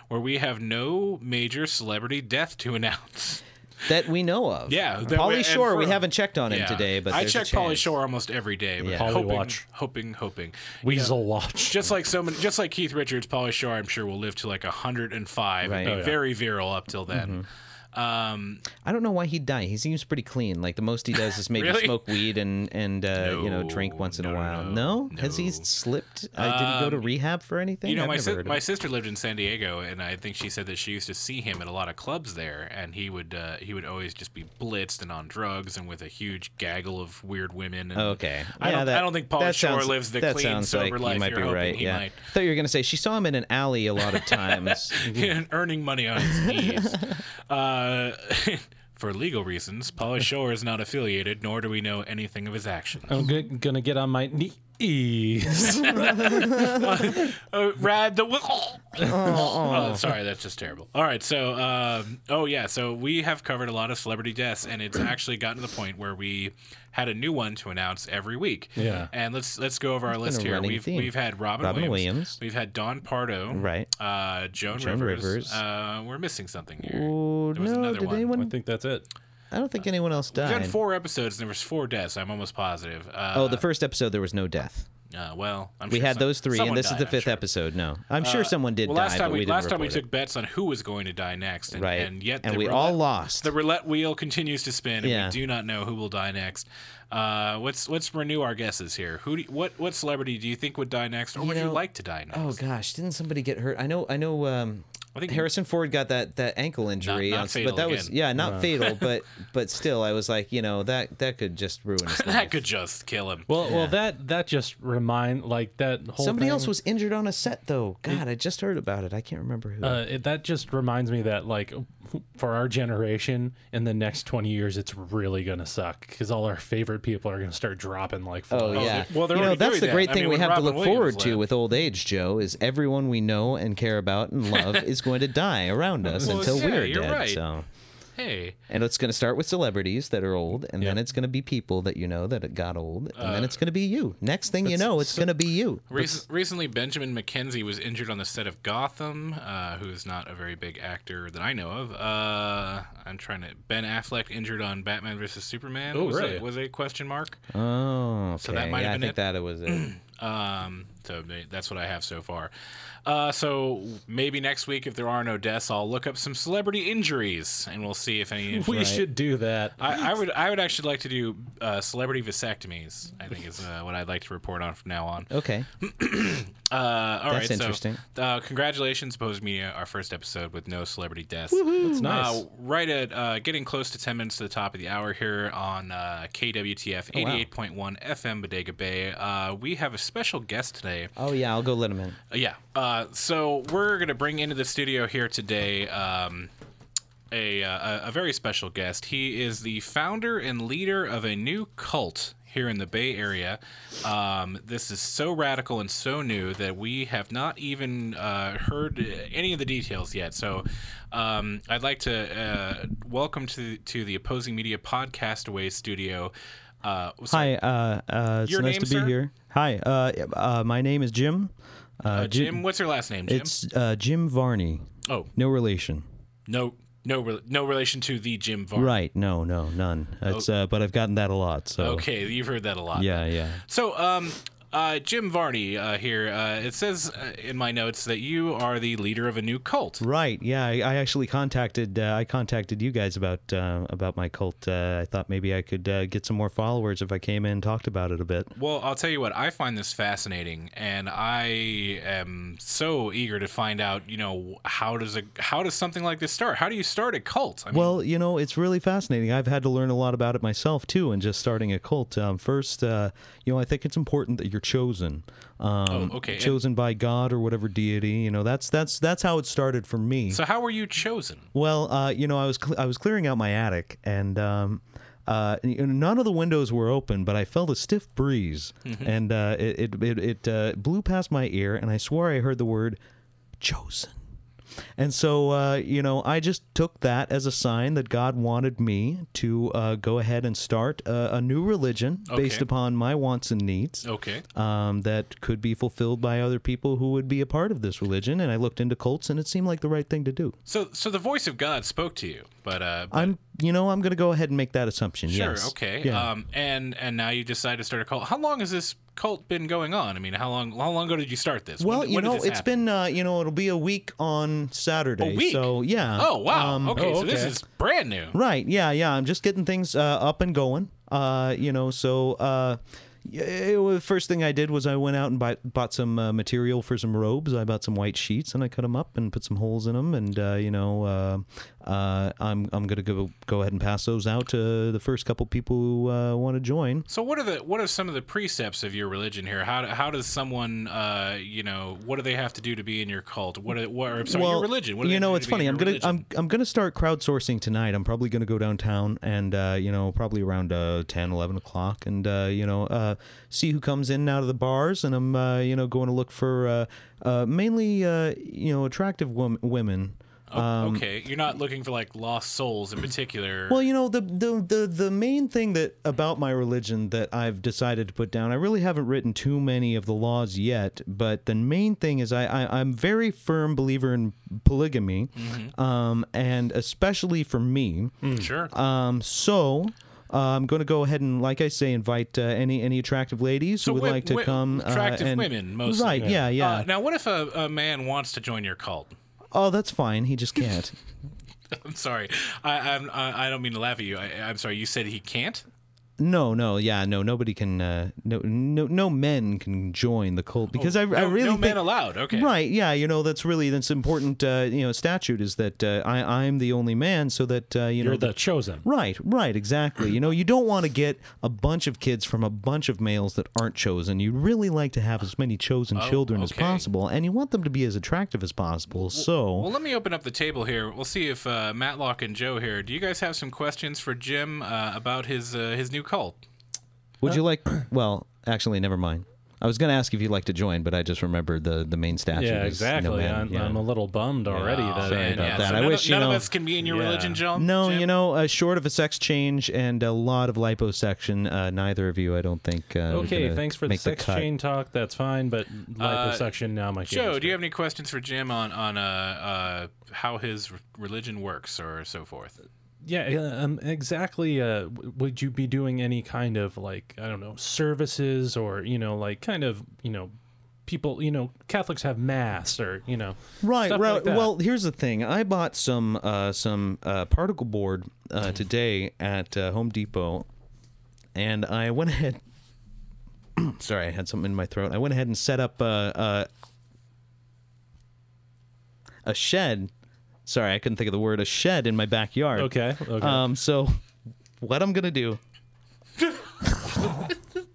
[SPEAKER 1] where we have no major celebrity death to announce.
[SPEAKER 2] That we know of.
[SPEAKER 1] Yeah, that we-
[SPEAKER 2] Polly
[SPEAKER 1] and
[SPEAKER 2] Shore.
[SPEAKER 1] for-
[SPEAKER 2] We haven't checked on him
[SPEAKER 1] Yeah.
[SPEAKER 2] today, but
[SPEAKER 1] I
[SPEAKER 2] there's a
[SPEAKER 1] check Polly
[SPEAKER 2] chance.
[SPEAKER 1] Shore almost every day. But
[SPEAKER 2] Yeah.
[SPEAKER 3] Pauly
[SPEAKER 1] hoping,
[SPEAKER 3] Watch.
[SPEAKER 1] hoping, hoping.
[SPEAKER 3] Weasel watch.
[SPEAKER 1] Just like so many, just like Keith Richards, Polly Shore, I'm sure will live to like 105
[SPEAKER 2] Right. Mm-hmm.
[SPEAKER 1] and be
[SPEAKER 2] Oh,
[SPEAKER 3] yeah.
[SPEAKER 1] very virile up till then. Um,
[SPEAKER 2] I don't know why he'd die. He seems pretty clean. Like the most he does is maybe
[SPEAKER 1] Really?
[SPEAKER 2] smoke weed and and uh, you know drink
[SPEAKER 1] No,
[SPEAKER 2] once in a
[SPEAKER 1] no,
[SPEAKER 2] while.
[SPEAKER 1] no,
[SPEAKER 2] Has he
[SPEAKER 1] no. Um,
[SPEAKER 2] slipped? Uh, did he go to rehab for anything?
[SPEAKER 1] You know,
[SPEAKER 2] I've
[SPEAKER 1] my
[SPEAKER 2] never
[SPEAKER 1] si-
[SPEAKER 2] heard of
[SPEAKER 1] my
[SPEAKER 2] it.
[SPEAKER 1] sister lived in San Diego, and I think she said that she used to see him at a lot of clubs there, and he would uh, he would always just be blitzed and on drugs and with a huge gaggle of weird women. And
[SPEAKER 2] Oh, Okay.
[SPEAKER 1] I
[SPEAKER 2] Yeah,
[SPEAKER 1] don't,
[SPEAKER 2] that-
[SPEAKER 1] I don't think Paul
[SPEAKER 2] that
[SPEAKER 1] Shore
[SPEAKER 2] sounds-
[SPEAKER 1] lives the
[SPEAKER 2] that
[SPEAKER 1] clean,
[SPEAKER 2] sounds
[SPEAKER 1] sober
[SPEAKER 2] like
[SPEAKER 1] life
[SPEAKER 2] You might
[SPEAKER 1] you're
[SPEAKER 2] be
[SPEAKER 1] hoping
[SPEAKER 2] right.
[SPEAKER 1] he
[SPEAKER 2] yeah.
[SPEAKER 1] might.
[SPEAKER 2] I thought you were gonna say she saw him in an alley a lot of times.
[SPEAKER 1] and earning money on his knees. uh, for legal reasons, Paul Shore is not affiliated, nor do we know anything of his actions.
[SPEAKER 3] I'm go- gonna get on my knees.
[SPEAKER 1] Uh, rad the. Oh, sorry, that's just terrible. All right, so um, oh yeah, so we have covered a lot of celebrity deaths, and it's actually gotten to the point where we had a new one to announce every week.
[SPEAKER 3] Yeah.
[SPEAKER 1] and let's let's go over our list
[SPEAKER 2] a
[SPEAKER 1] here.
[SPEAKER 2] running
[SPEAKER 1] We've
[SPEAKER 2] theme.
[SPEAKER 1] we've had Robin,
[SPEAKER 2] Robin
[SPEAKER 1] Williams.
[SPEAKER 2] Williams.
[SPEAKER 1] We've had Don Pardo.
[SPEAKER 2] Right.
[SPEAKER 1] Uh, Joan,
[SPEAKER 2] Joan
[SPEAKER 1] Rivers.
[SPEAKER 2] Rivers.
[SPEAKER 1] Uh, we're missing something here.
[SPEAKER 2] Oh
[SPEAKER 1] there was
[SPEAKER 2] no!
[SPEAKER 1] another
[SPEAKER 2] Did
[SPEAKER 1] one.
[SPEAKER 3] I
[SPEAKER 2] anyone?
[SPEAKER 3] think that's it.
[SPEAKER 2] I don't think anyone else
[SPEAKER 1] We've done
[SPEAKER 2] died.
[SPEAKER 1] four episodes, and there was four deaths. I'm almost positive. Uh,
[SPEAKER 2] Oh, the first episode there was no death.
[SPEAKER 1] uh, well, I'm
[SPEAKER 2] We
[SPEAKER 1] sure
[SPEAKER 2] had
[SPEAKER 1] some-
[SPEAKER 2] those three, and
[SPEAKER 1] someone
[SPEAKER 2] this is
[SPEAKER 1] died,
[SPEAKER 2] the
[SPEAKER 1] I'm
[SPEAKER 2] 5th
[SPEAKER 1] sure. Uh,
[SPEAKER 2] episode. No, I'm sure someone did
[SPEAKER 1] Well,
[SPEAKER 2] die,
[SPEAKER 1] last time
[SPEAKER 2] but we
[SPEAKER 1] we,
[SPEAKER 2] didn't
[SPEAKER 1] last time we
[SPEAKER 2] report
[SPEAKER 1] took bets on who was going to die next,
[SPEAKER 2] it.
[SPEAKER 1] and,
[SPEAKER 2] right,
[SPEAKER 1] and yet the
[SPEAKER 2] we
[SPEAKER 1] roulette-
[SPEAKER 2] all lost.
[SPEAKER 1] The roulette wheel continues to spin, and
[SPEAKER 2] Yeah.
[SPEAKER 1] we do not know who will die next. Uh, let's let's renew our guesses here. Who do you- what what celebrity do you think would die next, or would you
[SPEAKER 2] know-
[SPEAKER 5] Oh,
[SPEAKER 1] like to die next?
[SPEAKER 2] Oh gosh, didn't somebody get hurt? I know, I know. Um,
[SPEAKER 1] I think
[SPEAKER 5] Harrison Ford got that that ankle injury,
[SPEAKER 1] not
[SPEAKER 5] on-
[SPEAKER 1] fatal
[SPEAKER 5] but that was
[SPEAKER 1] again.
[SPEAKER 5] yeah, not fatal, but but still, I was like, you know, that that could just ruin his life.
[SPEAKER 1] that could just kill him.
[SPEAKER 3] Well, well, that that just remind like that whole.
[SPEAKER 5] Somebody
[SPEAKER 3] thing-
[SPEAKER 5] else was injured on a set though. God, I just heard about it. I can't remember who.
[SPEAKER 3] Uh, it, that just reminds me that like for our generation in the next 20 years it's really gonna suck because all our favorite people are gonna start dropping like
[SPEAKER 5] Oh
[SPEAKER 3] flies.
[SPEAKER 5] yeah.
[SPEAKER 1] well, they're
[SPEAKER 5] you know,
[SPEAKER 1] already
[SPEAKER 5] that's
[SPEAKER 1] doing
[SPEAKER 5] the
[SPEAKER 1] that.
[SPEAKER 5] great
[SPEAKER 1] I
[SPEAKER 5] thing
[SPEAKER 1] mean,
[SPEAKER 5] we
[SPEAKER 1] when
[SPEAKER 5] have
[SPEAKER 1] Robin
[SPEAKER 5] to look
[SPEAKER 1] Williams
[SPEAKER 5] forward to
[SPEAKER 1] left.
[SPEAKER 5] with old age, Joe, is everyone we know and care about and love is going to die around us
[SPEAKER 1] Well,
[SPEAKER 5] until
[SPEAKER 1] yeah,
[SPEAKER 5] we're
[SPEAKER 1] you're
[SPEAKER 5] dead.
[SPEAKER 1] right.
[SPEAKER 5] So,
[SPEAKER 1] hey,
[SPEAKER 5] and it's going to start with celebrities that are old, and then it's going to be people that you know that it got old, and then it's
[SPEAKER 1] Uh,
[SPEAKER 5] going to be you. Next thing you know, it's going to be you.
[SPEAKER 1] Recent, recently, Benjamin McKenzie was injured on the set of Gotham, uh, who is not a very big actor that I know of. Uh, I'm trying to. Ben Affleck injured on Batman vs Superman.
[SPEAKER 3] Oh,
[SPEAKER 1] was
[SPEAKER 3] really?
[SPEAKER 1] A, was a question mark.
[SPEAKER 5] Oh, okay.
[SPEAKER 1] that might
[SPEAKER 5] yeah,
[SPEAKER 1] have
[SPEAKER 5] I
[SPEAKER 1] been
[SPEAKER 5] think
[SPEAKER 1] it.
[SPEAKER 5] that was it.
[SPEAKER 1] Um, so ma- that's what I have so far. Uh, so maybe next week, if there are no deaths, I'll look up some celebrity injuries, and we'll see if any.
[SPEAKER 3] we should do that
[SPEAKER 1] I, I would. I would actually like to do uh, celebrity vasectomies. I think is uh, what I'd like to report on from now on.
[SPEAKER 5] Okay.
[SPEAKER 1] Uh, all right,
[SPEAKER 5] That's interesting.
[SPEAKER 1] So, uh, congratulations, Pose Media, our first episode with no celebrity deaths.
[SPEAKER 3] it's nice
[SPEAKER 1] Uh, right at uh, getting close to 10 minutes to the top of the hour here on uh, KWTF
[SPEAKER 5] Oh,
[SPEAKER 1] 88.1 FM Bodega Bay. Uh, we have a special guest today.
[SPEAKER 5] Oh yeah, I'll go let him in.
[SPEAKER 1] Uh, yeah. Uh, so we're going to bring into the studio here today um, a, uh, a- a very special guest. He is the founder and leader of a new cult here in the Bay Area. Um, this is so radical and so new that we have not even uh, heard any of the details yet. So um, I'd like to uh, welcome to, to the Opposing Media Podcastaway studio. Uh, so-
[SPEAKER 2] Hi, uh, uh, it's
[SPEAKER 1] Your
[SPEAKER 2] nice
[SPEAKER 1] name,
[SPEAKER 2] to be
[SPEAKER 1] sir?
[SPEAKER 2] here. Hi, uh, uh, my name is Jim. Uh,
[SPEAKER 1] uh,
[SPEAKER 2] Ji-
[SPEAKER 1] Jim, what's your last name, Jim?
[SPEAKER 2] It's uh, Jim Varney.
[SPEAKER 1] oh,
[SPEAKER 2] No relation.
[SPEAKER 1] no. No, re- no relation to the Jim Varney.
[SPEAKER 2] Right? No, no, none. It's uh, but I've gotten that a lot. So
[SPEAKER 1] Oh. Okay, you've heard that a lot.
[SPEAKER 2] yeah, yeah.
[SPEAKER 1] So, um, uh, Jim Varney uh, here. Uh, it says uh, in my notes that you are the leader of a new cult.
[SPEAKER 2] Right? Yeah. I, I actually contacted uh, I contacted you guys about uh, about my cult. Uh, I thought maybe I could uh, get some more followers if I came in and talked about it a bit.
[SPEAKER 1] Well, I'll tell you what. I find this fascinating, and I am so eager to find out. You know, how does a how does something like this start? How do you start a cult? I mean,
[SPEAKER 2] Well, you know, it's really fascinating. I've had to learn a lot about it myself too, and just starting a cult. Um, first, uh, you know, I think it's important that you're chosen. Um,
[SPEAKER 1] Oh, okay. And-
[SPEAKER 2] Chosen by God or whatever deity. You know, that's that's that's how it started for me.
[SPEAKER 1] so how were you chosen?
[SPEAKER 2] Well, uh, you know, I was cl- I was clearing out my attic, and um, uh, you know, none of the windows were open, but I felt a stiff breeze, and uh, it it it, it uh, blew past my ear, and I swore I heard the word chosen. And so, uh, you know, I just took that as a sign that God wanted me to uh, go ahead and start a, a new religion based
[SPEAKER 1] Okay.
[SPEAKER 2] upon my wants and needs
[SPEAKER 1] Okay.
[SPEAKER 2] um, that could be fulfilled by other people who would be a part of this religion. And I looked into cults, and it seemed like the right thing to do.
[SPEAKER 1] So, so the voice of God spoke to you, but uh,
[SPEAKER 2] I'm, you know, I'm going to go ahead and make that assumption.
[SPEAKER 1] sure,
[SPEAKER 2] yes.
[SPEAKER 1] okay.
[SPEAKER 2] Yeah.
[SPEAKER 1] Um, and and now you decide to start a cult. How long has this cult been going on? I mean, how long how long ago did you start this?
[SPEAKER 2] well,
[SPEAKER 1] When-
[SPEAKER 2] you
[SPEAKER 1] when did
[SPEAKER 2] know,
[SPEAKER 1] this
[SPEAKER 2] it's
[SPEAKER 1] happen?
[SPEAKER 2] been, uh, you know, it'll be a week on Saturday.
[SPEAKER 1] A week?
[SPEAKER 2] So yeah.
[SPEAKER 1] Oh wow!
[SPEAKER 2] Um,
[SPEAKER 1] okay,
[SPEAKER 3] oh,
[SPEAKER 1] so this
[SPEAKER 3] okay.
[SPEAKER 1] is brand new.
[SPEAKER 2] Right. Yeah. Yeah. I'm just getting things uh, up and going. Uh, you know, so. Uh, y- it was, first thing I did was I went out and bought, bought some uh, material for some robes. I bought some white sheets and I cut them up and put some holes in them. And uh, you know, uh, uh, I'm I'm gonna go go ahead and pass those out to the first couple people who uh, want to join.
[SPEAKER 1] So what are the what are some of the precepts of your religion here? How do- how does someone uh you know what do they have to do to be in your cult? What are, what are sorry, your religion? What do
[SPEAKER 2] you
[SPEAKER 1] they
[SPEAKER 2] know,
[SPEAKER 1] do
[SPEAKER 2] it's
[SPEAKER 1] to be in
[SPEAKER 2] funny.
[SPEAKER 1] your
[SPEAKER 2] I'm gonna
[SPEAKER 1] religion?
[SPEAKER 2] I'm, I'm gonna start crowdsourcing tonight. I'm probably gonna go downtown and uh, you know probably around uh, 10, 11 o'clock, and uh, you know uh, see who comes in and out of the bars. And I'm uh, you know going to look for uh, uh, mainly uh, you know attractive wom- women.
[SPEAKER 1] O- Oh, okay. You're not looking for like lost souls in particular.
[SPEAKER 2] um, Well, you know the, the the the main thing that about my religion that I've decided to put down. I really haven't written too many of the laws yet, but the main thing is I, I I'm very firm believer in polygamy,
[SPEAKER 1] Mm-hmm.
[SPEAKER 2] um, and especially for me.
[SPEAKER 1] sure.
[SPEAKER 2] Um, so. uh, I'm going to go ahead and, like I say, invite uh, any any attractive ladies
[SPEAKER 1] So
[SPEAKER 2] who would
[SPEAKER 1] wi-
[SPEAKER 2] like to
[SPEAKER 1] wi-
[SPEAKER 2] come.
[SPEAKER 1] attractive
[SPEAKER 2] uh, and,
[SPEAKER 1] women, mostly.
[SPEAKER 2] Right? Yeah, yeah.
[SPEAKER 1] Uh, now, what if a, a man wants to join your cult?
[SPEAKER 2] oh, that's fine. He just can't.
[SPEAKER 1] I'm sorry, I I'm, I I don't mean to laugh at you. I, I'm sorry. You said he can't.
[SPEAKER 2] No, no, yeah, no. Nobody can. Uh, no, no, no men can join the cult because I, I
[SPEAKER 1] Oh, No-
[SPEAKER 2] really
[SPEAKER 1] no
[SPEAKER 2] think,
[SPEAKER 1] men allowed. Okay.
[SPEAKER 2] Right. Yeah. You know, that's really that's important. Uh, you know, statute is that uh, I I'm the only man, so that uh, you know.
[SPEAKER 3] You're the chosen.
[SPEAKER 2] Right, right, exactly. You know, you don't want to get a bunch of kids from a bunch of males that aren't chosen. You'd really like to have as many chosen children as
[SPEAKER 1] Oh, okay.
[SPEAKER 2] possible, and you want them to be as attractive as possible. So,
[SPEAKER 1] Well, let me open up the table here. We'll see if uh, Matlock and Joe here. Do you guys have some questions for Jim uh, about his uh, his new cult?
[SPEAKER 2] would
[SPEAKER 1] uh,
[SPEAKER 2] you like? Well, actually, never mind. I was going to ask if you'd like to join, but I just remembered the the main statute.
[SPEAKER 3] Yeah,
[SPEAKER 2] is
[SPEAKER 3] exactly.
[SPEAKER 2] No, man.
[SPEAKER 3] I'm,
[SPEAKER 2] Yeah.
[SPEAKER 3] I'm a little bummed already that I
[SPEAKER 1] Man,
[SPEAKER 3] don't-
[SPEAKER 1] yeah,
[SPEAKER 2] that.
[SPEAKER 1] So
[SPEAKER 2] I
[SPEAKER 1] none
[SPEAKER 2] wish,
[SPEAKER 1] of,
[SPEAKER 2] you
[SPEAKER 1] none
[SPEAKER 2] know-
[SPEAKER 1] of us can be in your
[SPEAKER 3] Yeah.
[SPEAKER 1] religion, Joe.
[SPEAKER 2] no,
[SPEAKER 1] Jim?
[SPEAKER 2] you know, uh, short of a sex change and a lot of liposuction, uh, neither of you, I don't think. Uh, are
[SPEAKER 3] Okay,
[SPEAKER 2] gonna
[SPEAKER 3] thanks for the
[SPEAKER 2] make
[SPEAKER 3] sex
[SPEAKER 2] cut.
[SPEAKER 3] chain talk. That's fine, but liposuction now my
[SPEAKER 1] Joe, do you have any questions for Jim on on uh, uh, how his r- religion works or so forth?
[SPEAKER 3] Yeah, yeah, um, exactly. Uh, w- would you be doing any kind of like I don't know services or you know like kind of you know people you know Catholics have mass or you know
[SPEAKER 2] Right,
[SPEAKER 3] stuff
[SPEAKER 2] right.
[SPEAKER 3] like that.
[SPEAKER 2] well, here's the thing. I bought some uh, some uh, particle board
[SPEAKER 3] Mm-hmm.
[SPEAKER 2] uh, today at uh, Home Depot, and I went ahead. sorry, I had something in my throat. I went ahead and set up uh, uh, a shed. Sorry, I couldn't think of the word. A shed in my backyard.
[SPEAKER 3] okay okay
[SPEAKER 2] Um. So, what I'm gonna do?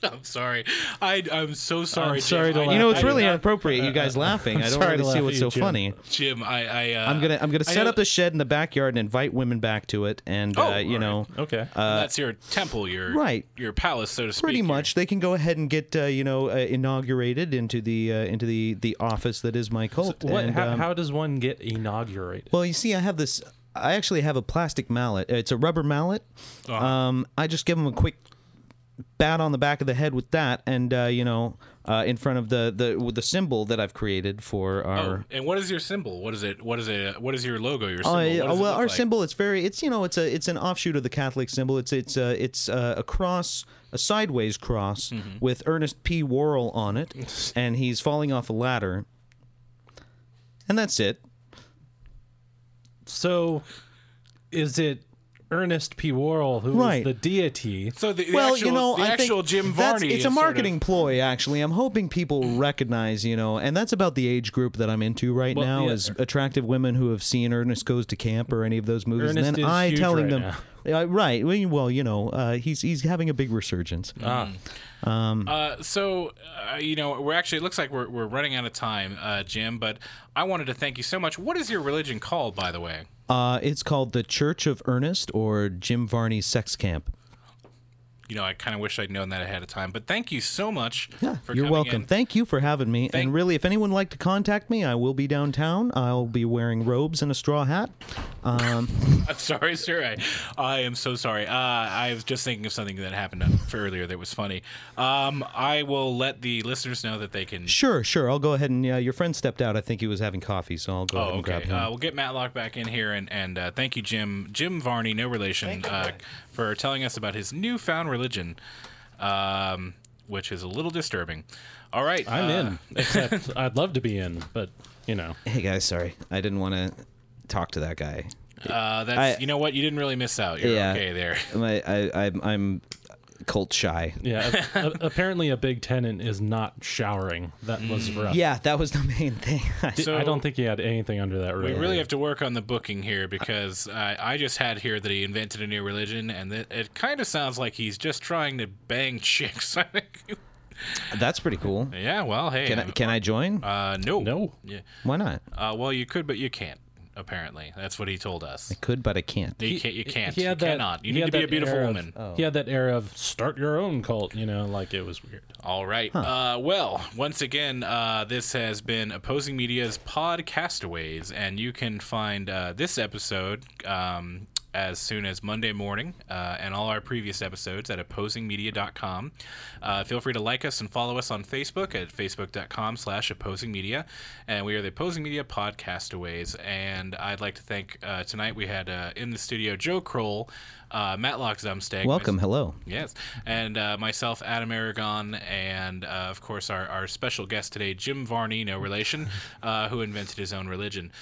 [SPEAKER 1] I'm sorry. I I'm so sorry. Jim.
[SPEAKER 3] sorry to
[SPEAKER 1] I-
[SPEAKER 3] laugh.
[SPEAKER 2] You know, it's
[SPEAKER 3] I-
[SPEAKER 2] really inappropriate. You guys laughing. I don't
[SPEAKER 3] sorry to
[SPEAKER 2] really see
[SPEAKER 3] laugh
[SPEAKER 2] what's
[SPEAKER 3] at you,
[SPEAKER 2] so
[SPEAKER 3] Jim.
[SPEAKER 2] funny.
[SPEAKER 1] Jim, I I uh,
[SPEAKER 2] I'm gonna I'm gonna
[SPEAKER 1] I
[SPEAKER 2] set
[SPEAKER 1] know-
[SPEAKER 2] up the shed in the backyard and invite women back to it, and
[SPEAKER 1] Oh,
[SPEAKER 2] uh, you
[SPEAKER 1] all
[SPEAKER 2] know,
[SPEAKER 3] okay
[SPEAKER 2] uh,
[SPEAKER 1] that's your temple, your
[SPEAKER 2] right.
[SPEAKER 1] your palace, so to speak.
[SPEAKER 2] pretty
[SPEAKER 1] your-
[SPEAKER 2] much they can go ahead and get uh, you know uh, inaugurated into the uh, into the the office that is my cult.
[SPEAKER 3] what
[SPEAKER 2] and,
[SPEAKER 3] how,
[SPEAKER 2] um,
[SPEAKER 3] how does one get inaugurated
[SPEAKER 2] well, you see, I have this. I actually have a plastic mallet. It's a rubber mallet.
[SPEAKER 3] Oh.
[SPEAKER 2] Um, I just give them a quick bat on the back of the head with that, and uh, you know, uh, in front of the the with the symbol that I've created for our.
[SPEAKER 1] Oh, and what is your symbol? What is it? What is it? What is your logo? Your symbol?
[SPEAKER 2] Oh,
[SPEAKER 1] What
[SPEAKER 2] yeah,
[SPEAKER 1] does it
[SPEAKER 2] well,
[SPEAKER 1] look
[SPEAKER 2] our
[SPEAKER 1] like?
[SPEAKER 2] symbol it's very it's you know it's a it's an offshoot of the Catholic symbol. It's it's uh, it's uh, a cross, a sideways cross
[SPEAKER 1] Mm-hmm.
[SPEAKER 2] with Ernest P. Worrell on it, and he's falling off a ladder. And that's it.
[SPEAKER 3] so is it Ernest P Worrell who is
[SPEAKER 2] Right.
[SPEAKER 3] the deity
[SPEAKER 1] So the, the
[SPEAKER 2] well,
[SPEAKER 1] actual,
[SPEAKER 2] you know,
[SPEAKER 1] the
[SPEAKER 2] I
[SPEAKER 1] actual
[SPEAKER 2] think
[SPEAKER 1] Jim
[SPEAKER 2] that's-
[SPEAKER 1] Varney.
[SPEAKER 2] It's
[SPEAKER 1] is
[SPEAKER 2] a
[SPEAKER 1] sort of- Mm.
[SPEAKER 2] marketing ploy, actually. I'm hoping people recognize, you know, and that's about the age group that I'm into right
[SPEAKER 3] Well,
[SPEAKER 2] now
[SPEAKER 3] yeah.
[SPEAKER 2] is attractive women who have seen Ernest Goes to Camp or any of those movies,
[SPEAKER 3] Ernest
[SPEAKER 2] and then
[SPEAKER 3] is
[SPEAKER 2] I
[SPEAKER 3] huge
[SPEAKER 2] telling
[SPEAKER 3] right
[SPEAKER 2] them.
[SPEAKER 3] now.
[SPEAKER 2] Yeah, right. Well, you- Well, you know, uh, he's he's having a big resurgence.
[SPEAKER 1] Uh, so, uh, you know, we're actually, it looks like we're, we're running out of time, uh, Jim, but I wanted to thank you so much. What is your religion called, by the way?
[SPEAKER 2] Uh, it's called the Church of Ernest or Jim Varney's Sex Camp.
[SPEAKER 1] You know, I kind of wish I'd known that ahead of time, but thank you so much for
[SPEAKER 2] You're
[SPEAKER 1] coming
[SPEAKER 2] welcome.
[SPEAKER 1] in.
[SPEAKER 2] Thank you for having me. and really, if anyone would like to contact me, I will be downtown. I'll be wearing robes and a straw hat.
[SPEAKER 1] I'm sorry, sir. I, I am so sorry. Uh, I was just thinking of something that happened uh, for earlier that was funny. Um, I will let the listeners know that they can.
[SPEAKER 2] Sure, sure. I'll go ahead and uh, your friend stepped out. I think he was having coffee, so I'll go ahead
[SPEAKER 1] Oh,
[SPEAKER 2] and grab
[SPEAKER 1] okay.
[SPEAKER 2] him.
[SPEAKER 1] Uh, we'll get Matlock back in here, and and uh, thank you, Jim. Jim Varney, no relation, uh, for telling us about his newfound religion, um, which is a little disturbing. All right,
[SPEAKER 3] I'm
[SPEAKER 1] uh,
[SPEAKER 3] in except I'd love to be in but you know
[SPEAKER 2] hey guys, sorry, I didn't want to talk to that guy.
[SPEAKER 1] Uh, that's
[SPEAKER 2] I-
[SPEAKER 1] you know what you didn't really miss out. You're
[SPEAKER 2] Yeah.
[SPEAKER 1] okay there.
[SPEAKER 2] I, I, I'm, I'm cult shy.
[SPEAKER 3] yeah a- a- apparently a big tenant is not showering that was rough
[SPEAKER 2] Yeah, that was the main thing.
[SPEAKER 1] So
[SPEAKER 3] I don't think he had anything under that roof.
[SPEAKER 1] we really have to work on the booking here because I, I just had here that he invented a new religion, and that it kind of sounds like he's just trying to bang chicks. I think.
[SPEAKER 2] That's pretty cool.
[SPEAKER 1] yeah. Well, hey.
[SPEAKER 2] Can I, can I join?
[SPEAKER 1] uh, no.
[SPEAKER 3] no.
[SPEAKER 1] Yeah.
[SPEAKER 2] Why not?
[SPEAKER 1] Uh, well, you could, but you can't. Apparently, that's what he told us.
[SPEAKER 2] Could, but I can't.
[SPEAKER 1] You can't. You can't.
[SPEAKER 3] He
[SPEAKER 1] you
[SPEAKER 3] had that.
[SPEAKER 1] cannot. You
[SPEAKER 3] he
[SPEAKER 1] need
[SPEAKER 3] had
[SPEAKER 1] to be
[SPEAKER 3] that
[SPEAKER 1] a beautiful
[SPEAKER 3] air of-
[SPEAKER 1] woman.
[SPEAKER 3] He had that air of start your own cult. You know, like it was weird.
[SPEAKER 1] All right. Uh, well, once again, uh, this has been Opposing Media's Podcastaways, and you can find uh, this episode um, as soon as Monday morning uh, and all our previous episodes at opposingmedia.com. Uh, feel free to like us and follow us on Facebook at facebook.com slash opposingmedia. And we are the Opposing Media Podcastaways, and I'd like to thank, uh, tonight we had uh, in the studio Joe Kroll, uh, Matlock Zumstag.
[SPEAKER 2] Welcome. Hello.
[SPEAKER 1] Yes, and uh, myself, Adam Aragon, and uh, of course our, our special guest today, Jim Varney, no relation, uh, who invented his own religion.